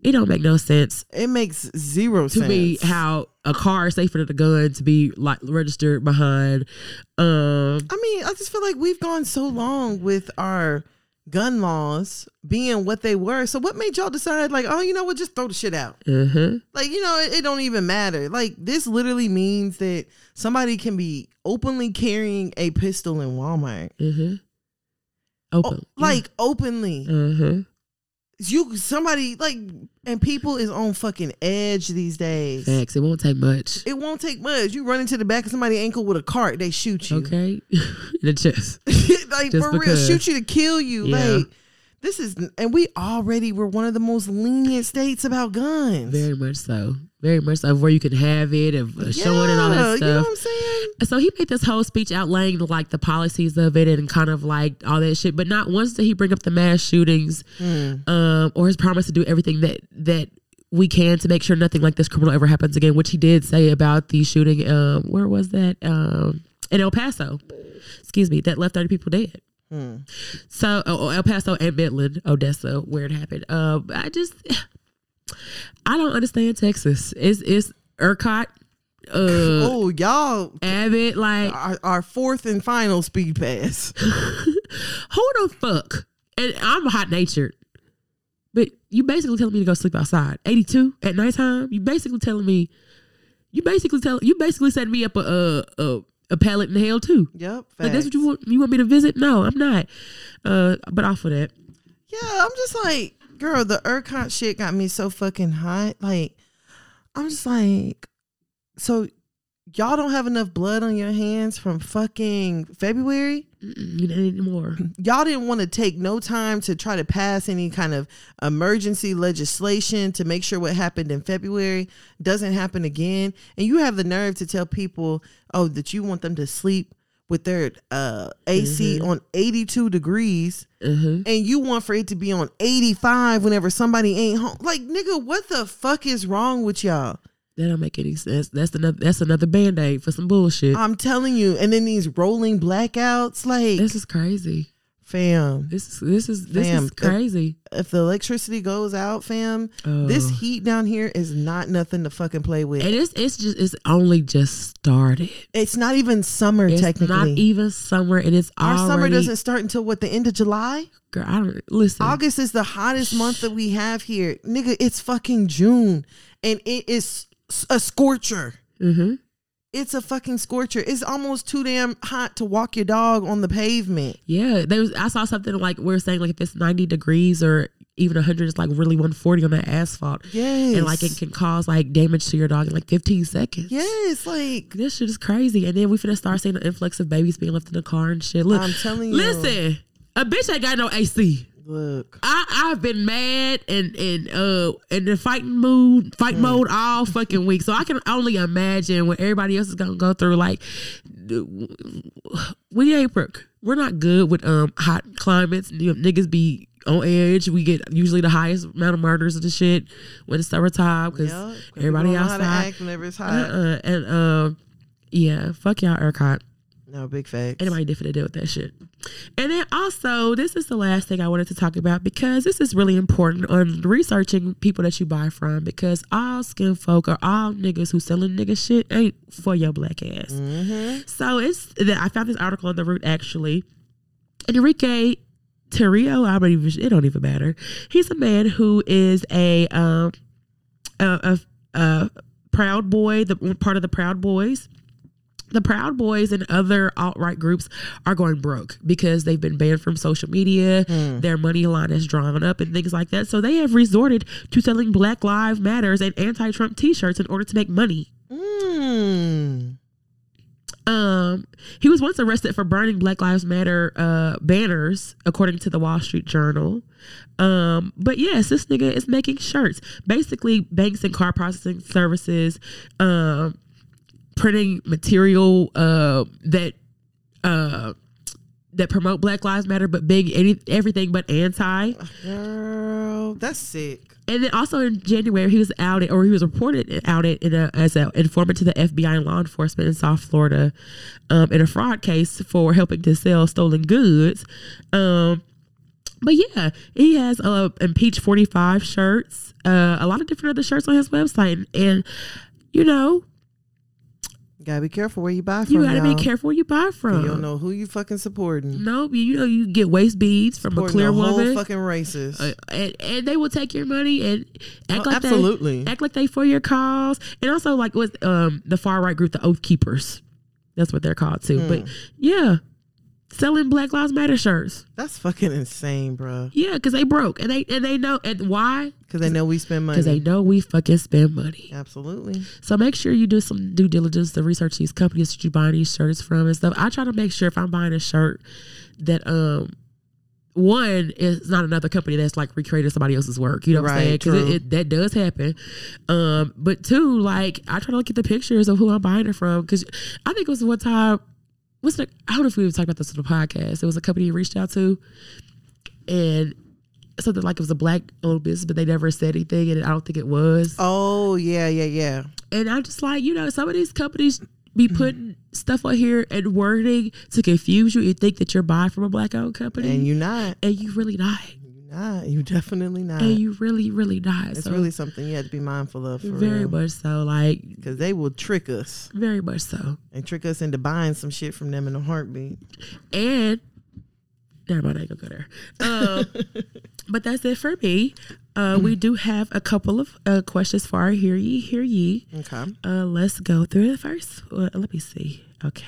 It don't make no sense
It makes zero
to
sense.
me how a car is safer than a gun to be like registered behind. Um,
I mean, I just feel like we've gone so long with our gun laws being what they were. So what made y'all decide like, oh, you know what, just throw the shit out?
uh-huh.
Like, you know, it, it don't even matter. Like, this literally means that somebody can be openly carrying a pistol in Walmart.
Mm-hmm.
O-
Open.
Oh, Like, openly.
Mm-hmm.
You, somebody, like, and people is on fucking edge these days.
Facts. It won't take much.
It won't take much. You run into the back of somebody's ankle with a cart, they shoot you.
Okay. <laughs> In the chest.
<laughs> like,
Just
for real,
because.
shoot you to kill you.
Yeah.
Like, This is, and we already were one of the most lenient states about guns.
Very much so. Very much so. Of where you can have it, of uh, showing it, and all
Yeah,
that
You know
stuff.
what I'm saying?
so he made this whole speech outlining like the policies of it and kind of like all that shit. But not once did he bring up the mass shootings, um, or his promise to do everything that that we can to make sure nothing like this criminal ever happens again. Which he did say about the shooting. Um, where was that? Um, in El Paso. Excuse me. That left thirty people dead. So oh, oh, El Paso and Midland, Odessa, where it happened. Uh, I just, I don't understand Texas. It's it's ERCOT. Uh,
<laughs> Oh, y'all
Abbott, like
our, our fourth and final speed pass.
who the fuck? And I'm hot natured, but you basically telling me to go sleep outside, 82 at nighttime. You basically telling me, you basically tell, you basically setting me up a a a, a pallet in hell too.
Yep.
Like that's
facts.
what you want. You want me to visit? No, I'm not. Uh, but off of that,
Yeah, I'm just like, girl, the ERCOT shit got me so fucking hot. Like, I'm just like, so y'all don't have enough blood on your hands from fucking February?
mm-mm, you know anymore.
Y'all didn't want to take no time to try to pass any kind of emergency legislation to make sure what happened in February doesn't happen again. And you have the nerve to tell people, oh, that you want them to sleep with their uh, AC on 82 degrees
Uh-huh.
and you want for it to be on 85 whenever somebody ain't home. Like, nigga, what the fuck is wrong with y'all?
That don't make any sense. That's another. That's another band aid for some bullshit.
I'm telling you. And then these rolling blackouts, like,
this is crazy.
fam,
This is this is this
Fam,
is
it-
crazy.
if the electricity goes out, fam,
Oh.
this heat down here is not nothing to fucking play with.
And it's it's just it's only just started.
it's not even summer,
It's
technically.
not even summer, and it's
Our
already.
summer doesn't start until what, the end of July?
Girl, I don't listen.
August is the hottest month that we have here. Nigga, it's fucking June. And it is s- a scorcher.
hmm
it's a fucking scorcher. It's almost too damn hot to walk your dog on the pavement.
Yeah, there was. I saw something like we we're saying like if it's ninety degrees or even hundred, it's like really one forty on that asphalt,
Yes.
and like it can cause like damage to your dog in like fifteen seconds.
Yes, like
This shit is crazy, and then we finna start seeing an influx of babies being left in the car and shit. Look,
I'm telling you.
listen, a bitch ain't got no AC.
Look.
I I've been mad and and uh in the fighting mood, fight
Mm.
mode all fucking week. So I can only imagine what everybody else is gonna go through. Like we ain't broke. We're not good with um hot climates. You know, niggas be on edge. We get usually the highest amount of murders and the shit when it's summertime because
Yeah, 'cause people
everybody
don't know How to
outside.
act whenever it's
Uh,
hot.
uh, and um yeah, fuck y'all, ERCOT.
No, big facts.
Anybody different to deal with that shit. And then also, this is the last thing I wanted to talk about because this is really important on researching people that you buy from because all skin folk or all niggas who selling nigga shit ain't for your black ass. So it's that I found this article on the root actually. Enrique Terrio, I don't even it don't even matter. He's a man who is a um a, a, a proud boy, the part of the Proud Boys the Proud Boys and other alt right groups are going broke because they've been banned from social media. Their money line is drawn up and things like that. So they have resorted to selling Black Lives Matters and anti Trump t shirts in order to make money.
Mm.
Um, he was once arrested for burning Black Lives Matter uh, banners, according to the Wall Street Journal. Um, but yes, this nigga is making shirts. Basically, banks and car processing services, um, printing material uh, that uh, that promote Black Lives Matter, but being any everything but anti.
Girl, that's sick.
And then also in January, he was outed, or he was reported outed in a, as an informant to the FBI and law enforcement in South Florida um, in a fraud case for helping to sell stolen goods. Um, but yeah, he has a impeach forty five shirts, uh, a lot of different other shirts on his website, and, you know
Gotta be careful where you buy from.
you got to be
y'all.
careful Mm-hmm. where you buy from.
You don't know who you fucking supporting.
Nope, you know you get waist beads from a
Supporting
clear
the whole
woman,
fucking racist.
uh, and, and they will take your money and act
Oh,
like they-
absolutely.
act like they for your cause and also like with um the far right group the oath keepers that's what they're called too
Hmm.
but yeah selling black lives matter shirts
that's fucking insane, bro.
yeah because they broke and they and they know and why
Because they know we <laughs> spend money.
because they know we fucking spend money
Absolutely.
so make sure you do some due diligence to research these companies that you buy these shirts from and stuff i try to make sure if i'm buying a shirt that um one it's not another company that's like recreating somebody else's work. You know what I'm
Right,
saying? 'Cause it-
true.
it- that does happen. Um, but two, like I try to look at the pictures of who I'm buying it from because I think it was one time. What's the? I don't know if we even talked about this on the podcast. It was a company you reached out to, and something like it was a black owned business, but they never said anything, and I don't think it was.
Oh yeah, yeah, yeah.
And I'm just like, you know, some of these companies
Mm-hmm.
be putting stuff on here and wording to confuse you and think that you're buying from a black owned company.
And you not,
and you really not.
you not, you definitely not.
And you really, really not.
it's
so
really something you have to be mindful of, for
very
real.
much so. Like
Because they will trick us
very much so.
and trick us into buying some shit from them in a heartbeat.
And never mind, I ain't gonna go there. Um,
<laughs>
but that's it for me. Uh,
Mm-hmm.
we do have a couple of uh, questions for our hear ye, hear ye.
Okay.
Uh, let's go through the first. Well, let me see. Okay.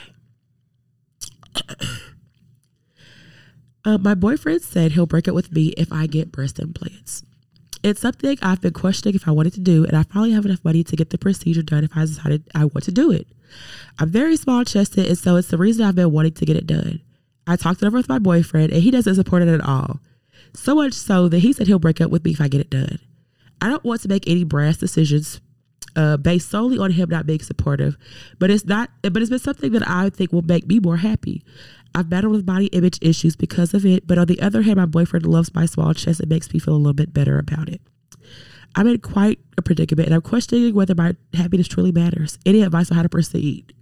<coughs> uh, my boyfriend said he'll break up with me if I get breast implants. It's something I've been questioning if I wanted to do, and I finally have enough money to get the procedure done if I decided I want to do it. I'm very small chested, and so it's the reason I've been wanting to get it done. I talked it over with my boyfriend, and he doesn't support it at all. So much so that he said he'll break up with me if I get it done. I don't want to make any brass decisions uh, based solely on him not being supportive, but it's not. But it's been something that I think will make me more happy. I've battled with body image issues because of it, but on the other hand, my boyfriend loves my small chest. It makes me feel a little bit better about it. I'm in quite a predicament, and I'm questioning whether my happiness truly matters. Any advice on how to proceed?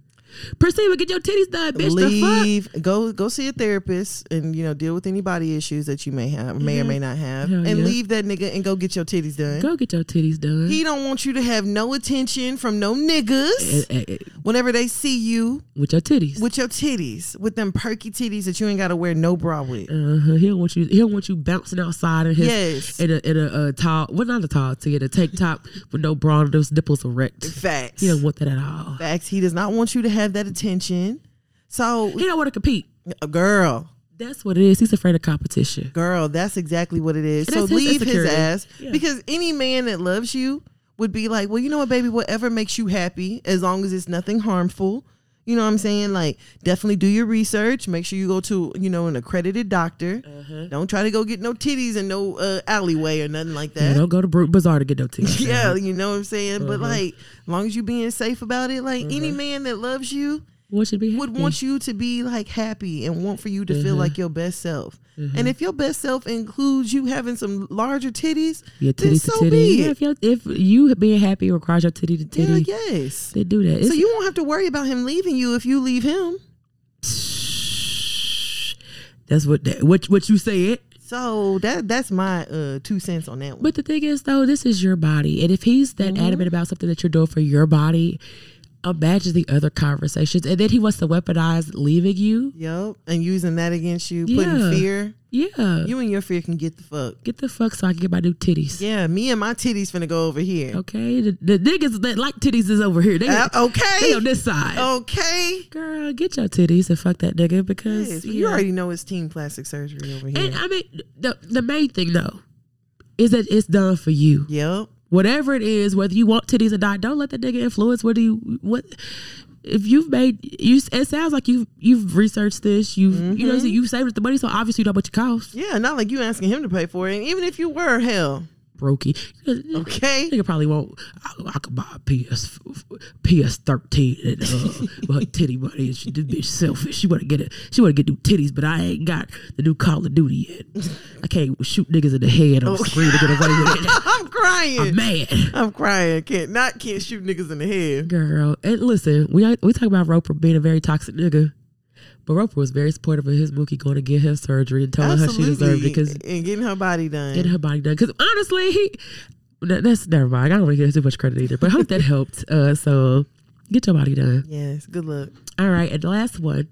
Proceed, but get your titties done, bitch. The fuck?
Leave. Go go see a therapist and you know deal with any body issues that you may have, may or may not have,
Hell
and
yeah.
leave that nigga and go get your titties done.
Go get your titties done.
He don't want you to have no attention from no niggas
Eh, eh, eh,
whenever they see you
with your titties.
with your titties, with them perky titties that you ain't gotta wear no bra with.
uh-huh. He don't want you. He don't want you bouncing outside in his
Yes.
in a in a uh, tall. Well, not a tall tee, in a tank top <laughs> with no bra. and Those nipples erect.
Facts.
He don't want that at all.
Facts. He does not want you to have that attention. So,
He don't want to compete.
uh, girl,
That's what it is. He's afraid of competition.
girl, that's exactly what it is.
And
So
that's his
leave his
insecurity.
ass
Yeah.
because any man that loves you would be like, well, you know what, baby, whatever makes you happy, as long as it's nothing harmful. You know what I'm saying? Like, definitely do your research. Make sure you go to, you know, an accredited doctor.
Uh-huh.
Don't try to go get no titties and no uh, alleyway or nothing like that.
You don't go to Brute Bazaar to get no titties.
<laughs> Yeah, you know what I'm saying? But
Uh-huh.
like, as long as you being safe about it, like any man that loves you
<laughs> What should be
would
happy.
want you to be like happy and want for you to
Mm-hmm.
feel like your best self. And if your best self includes you having some larger titties,
your
then
titties
so
to titty.
be
Yeah,
it.
if, your, if you being happy requires your titty to
Yeah,
titty,
yes.
they do that.
So
It's-
you won't have to worry about him leaving you if you leave him.
that's what that, what what you said.
So that that's my uh two cents on that one.
But the thing is, though, this is your body, and if he's that
Mm-hmm.
adamant about something that you're doing for your body, imagine the other conversations, and then he wants to weaponize leaving you.
Yep, and using that against you,
Yeah.
putting fear.
Yeah,
You and your fear can get the fuck.
get the fuck so I can get my new titties.
Yeah, me and my titties finna go over here.
Okay, the, the niggas that like titties is over here. They,
Uh, Oh.
they on
okay.
this side.
Okay.
Girl, get your titties and fuck that nigga because
Yes,
you
you
know.
already know it's team plastic surgery over here.
And I mean, the the main thing though is that it's done for you.
yep.
whatever it is, whether you want titties or not, don't let that nigga influence what do you what. If you've made you, it sounds like you've you've researched this. You've you know you've saved the money, so obviously you know what you cost.
Yeah, not like you asking him to pay for it. And even if you were, hell.
Brokey,
Okay. <laughs>
nigga probably won't. I, I could buy a PS PS thirteen and uh, with her titty money. And she, this bitch selfish. She want to get it. She want to get new titties, but I ain't got the new Call of Duty yet. I can't shoot niggas in the head on screen to get away with it. I'm
I'm crying.
mad.
I'm crying. Can't not can't shoot niggas in the head.
Girl, and listen, we we talk about Roper being a very toxic nigga, but Roper was very supportive of his Mookie going to get his surgery and telling her she deserved it because
and getting her body done.
getting her body done. Because honestly, he that- that's never mind. I don't want to give him too much credit either, but I hope that <laughs> helped. Uh, so get your body done.
yes. Good luck.
All right, and the last one.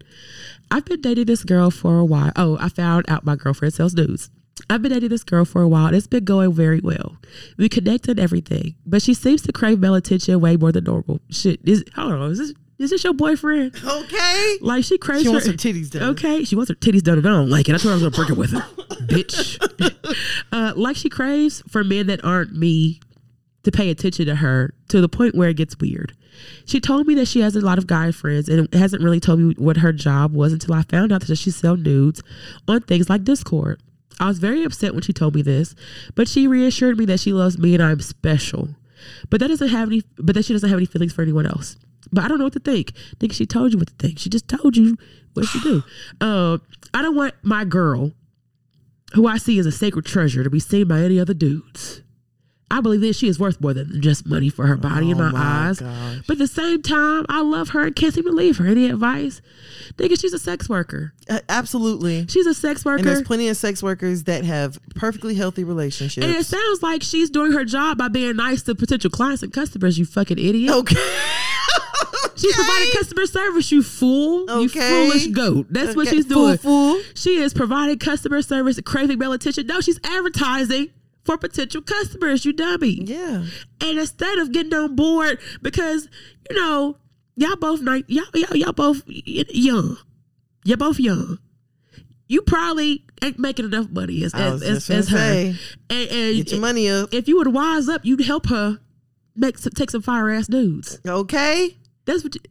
I've been dating this girl for a while. Oh, I found out my girlfriend sells nudes. I've been dating this girl for a while and it's been going very well. We connect on everything, but she seems to crave male attention way more than normal. Shit, is hold on, is this is this your boyfriend?
Okay.
Like she craves
She wants
her
her titties done.
Okay, she wants her titties done and I don't like it. I told her I was gonna break up with her, <laughs> bitch. <laughs> uh, like she craves for men that aren't me to pay attention to her to the point where it gets weird. She told me that she has a lot of guy friends and hasn't really told me what her job was until I found out that she sell nudes on things like Discord. I was very upset when she told me this, but she reassured me that she loves me and I'm special. But that doesn't have any but that she doesn't have any feelings for anyone else. But I don't know what to think. think she told you what to think. She just told you what she do. Uh, I don't want my girl, who I see as a sacred treasure, to be seen by any other dudes. I believe that she is worth more than just money for her body in
Oh
my,
my
eyes.
gosh.
But at the same time, I love her and can't seem to leave her. Any advice? Nigga, she's a sex worker.
Uh, Absolutely.
She's a sex worker.
And there's plenty of sex workers that have perfectly healthy relationships.
And it sounds like she's doing her job by being nice to potential clients and customers, you fucking idiot.
<laughs> okay.
She's providing customer service, you fool. You
Okay.
foolish goat. That's what
Okay,
she's
fool,
doing.
fool.
She is providing customer service, craving malintention. No, she's advertising for potential customers, you dummy.
Yeah.
And instead of getting on board, because, you know, y'all both, ni- y'all, y'all, y'all both y- young. You're both young. You probably ain't making enough money as,
I
as,
was
as,
just gonna
as her.
say,
and, and
Get your money up.
if you would wise up, you'd help her make some, take some fire ass dudes.
Okay.
That's what. You,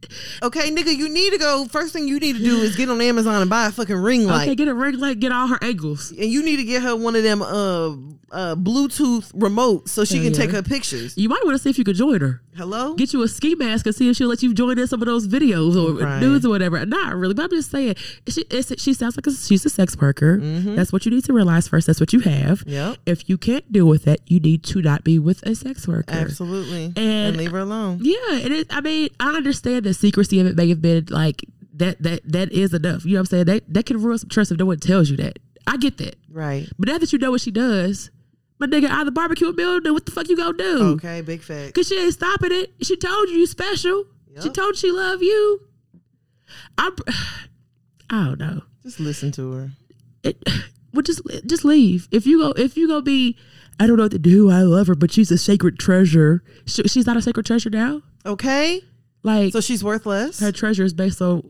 Okay, nigga, you need to go. First thing you need to do is get on Amazon and buy a fucking ring light.
okay, get a ring light, get all her angles.
And you need to get her one of them uh uh Bluetooth remotes so she
Hell
can take
Oh, yeah.
her pictures.
You might want to see if you could join her.
Hello?
Get you a ski mask and see if she'll let you join in some of those videos or
Right.
news or whatever. Not really, but I'm just saying. She, it's, she sounds like a, she's a sex worker.
Mm-hmm.
That's what you need to realize first. That's what you have.
Yep.
If you can't deal with it, you need to not be with a sex worker.
Absolutely. And,
And-
leave her alone.
Yeah, and it, I mean, I understand the secrecy of it may have been like that. That that is enough. You know what I'm saying? That that can ruin some trust if no one tells you that. I get that,
Right.
but now that you know what she does, my nigga, either barbecue or build, then what the fuck you gonna do?
Okay, big fact.
Cause she ain't stopping it. She told you you special. She
Yup.
told you she love you. I, <sighs> I don't know.
Just listen to her.
It, <sighs> well, just just leave. If you go, if you go be, I don't know what to do. I love her, but she's a sacred treasure. Sh she's not a sacred treasure now.
Okay?
Like
So she's worthless.
her treasure is based on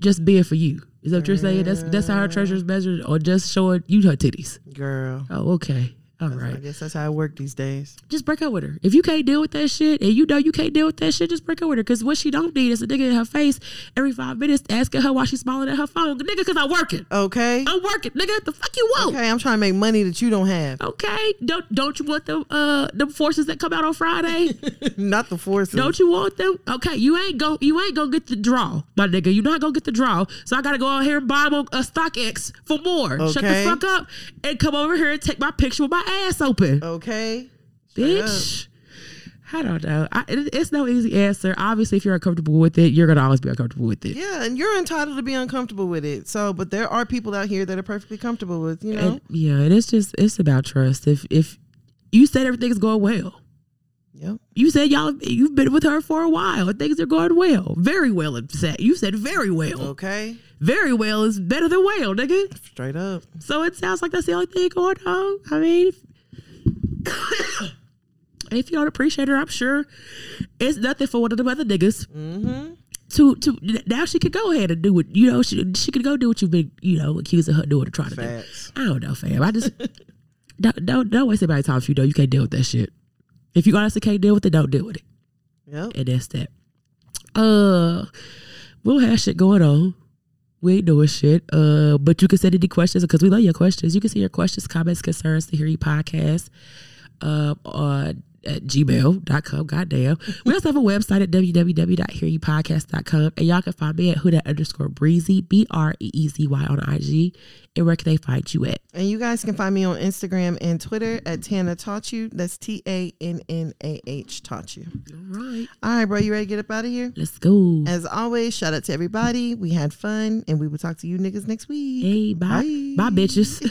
just being for you. Is that what you're saying? That's that's how her treasure
Mm.
is measured, or just showing you her titties.
Girl.
Oh, okay. All
I
right.
guess that's how I work these days.
Just break up with her. If you can't deal with that shit and you know you can't deal with that shit, just break up with her. Cause what she don't need is a nigga in her face every five minutes asking her why she's smiling at her phone. Nigga, cause I'm working.
Okay?
I'm working. Nigga, the fuck you want. Okay.
Okay, I'm trying to make money that you don't have.
Oh. Don't don't you want them uh them forces that come out on Friday?
Not the forces.
Don't you want them? Okay, you ain't go. You ain't gonna get the draw, my nigga. You're not gonna get the draw. So I gotta go out here and buy on a StockX for more. Shut the
Okay.
fuck up and come over here and take my picture with my ass open,
okay? Straight
bitch. I don't know. I, it, it's no easy answer. Obviously, if you're uncomfortable with it, you're gonna always be uncomfortable with it.
Yeah, and you're entitled to be uncomfortable with it. So, but there are people out here that are perfectly comfortable with, you know.
And, yeah, and it's just it's about trust. If if you said everything's going well,
yep.
you said y'all you've been with her for a while and things are going well, very well. In fact, you said very well.
Okay.
very well is better than well, nigga.
Straight up.
So it sounds like that's the only thing going on. I mean, <coughs> if, if you don't appreciate her, I'm sure it's nothing for one of them other niggas. To to now she could go ahead and do what you know she she could go do what you've been you know accusing her doing or trying to
Facts.
do. I don't know, fam. I just don't don't don't waste anybody's time if you know you can't deal with that shit. If you honestly can't deal with it, don't deal with it
Yep.
and that's that. Uh, we'll have shit going on. We ain't doing shit. Uh, but you can send any questions because we love your questions. You can send your questions, comments, concerns to hear you podcast. Uh, on at gmail.com. Goddamn. We also have a website at www.hearyoupodcast.com. And y'all can find me at huda underscore breezy, B R E E Z Y on IG. And where can they find you at?
And you guys can find me on Instagram and Twitter at Tana Taught You. That's T A N N A H Taught You.
All right.
All right, bro. You ready to get up out of here?
Let's go.
As always, shout out to everybody. We had fun, and we will talk to you niggas next week.
Hey, bye. Bye,
Bye.
bitches.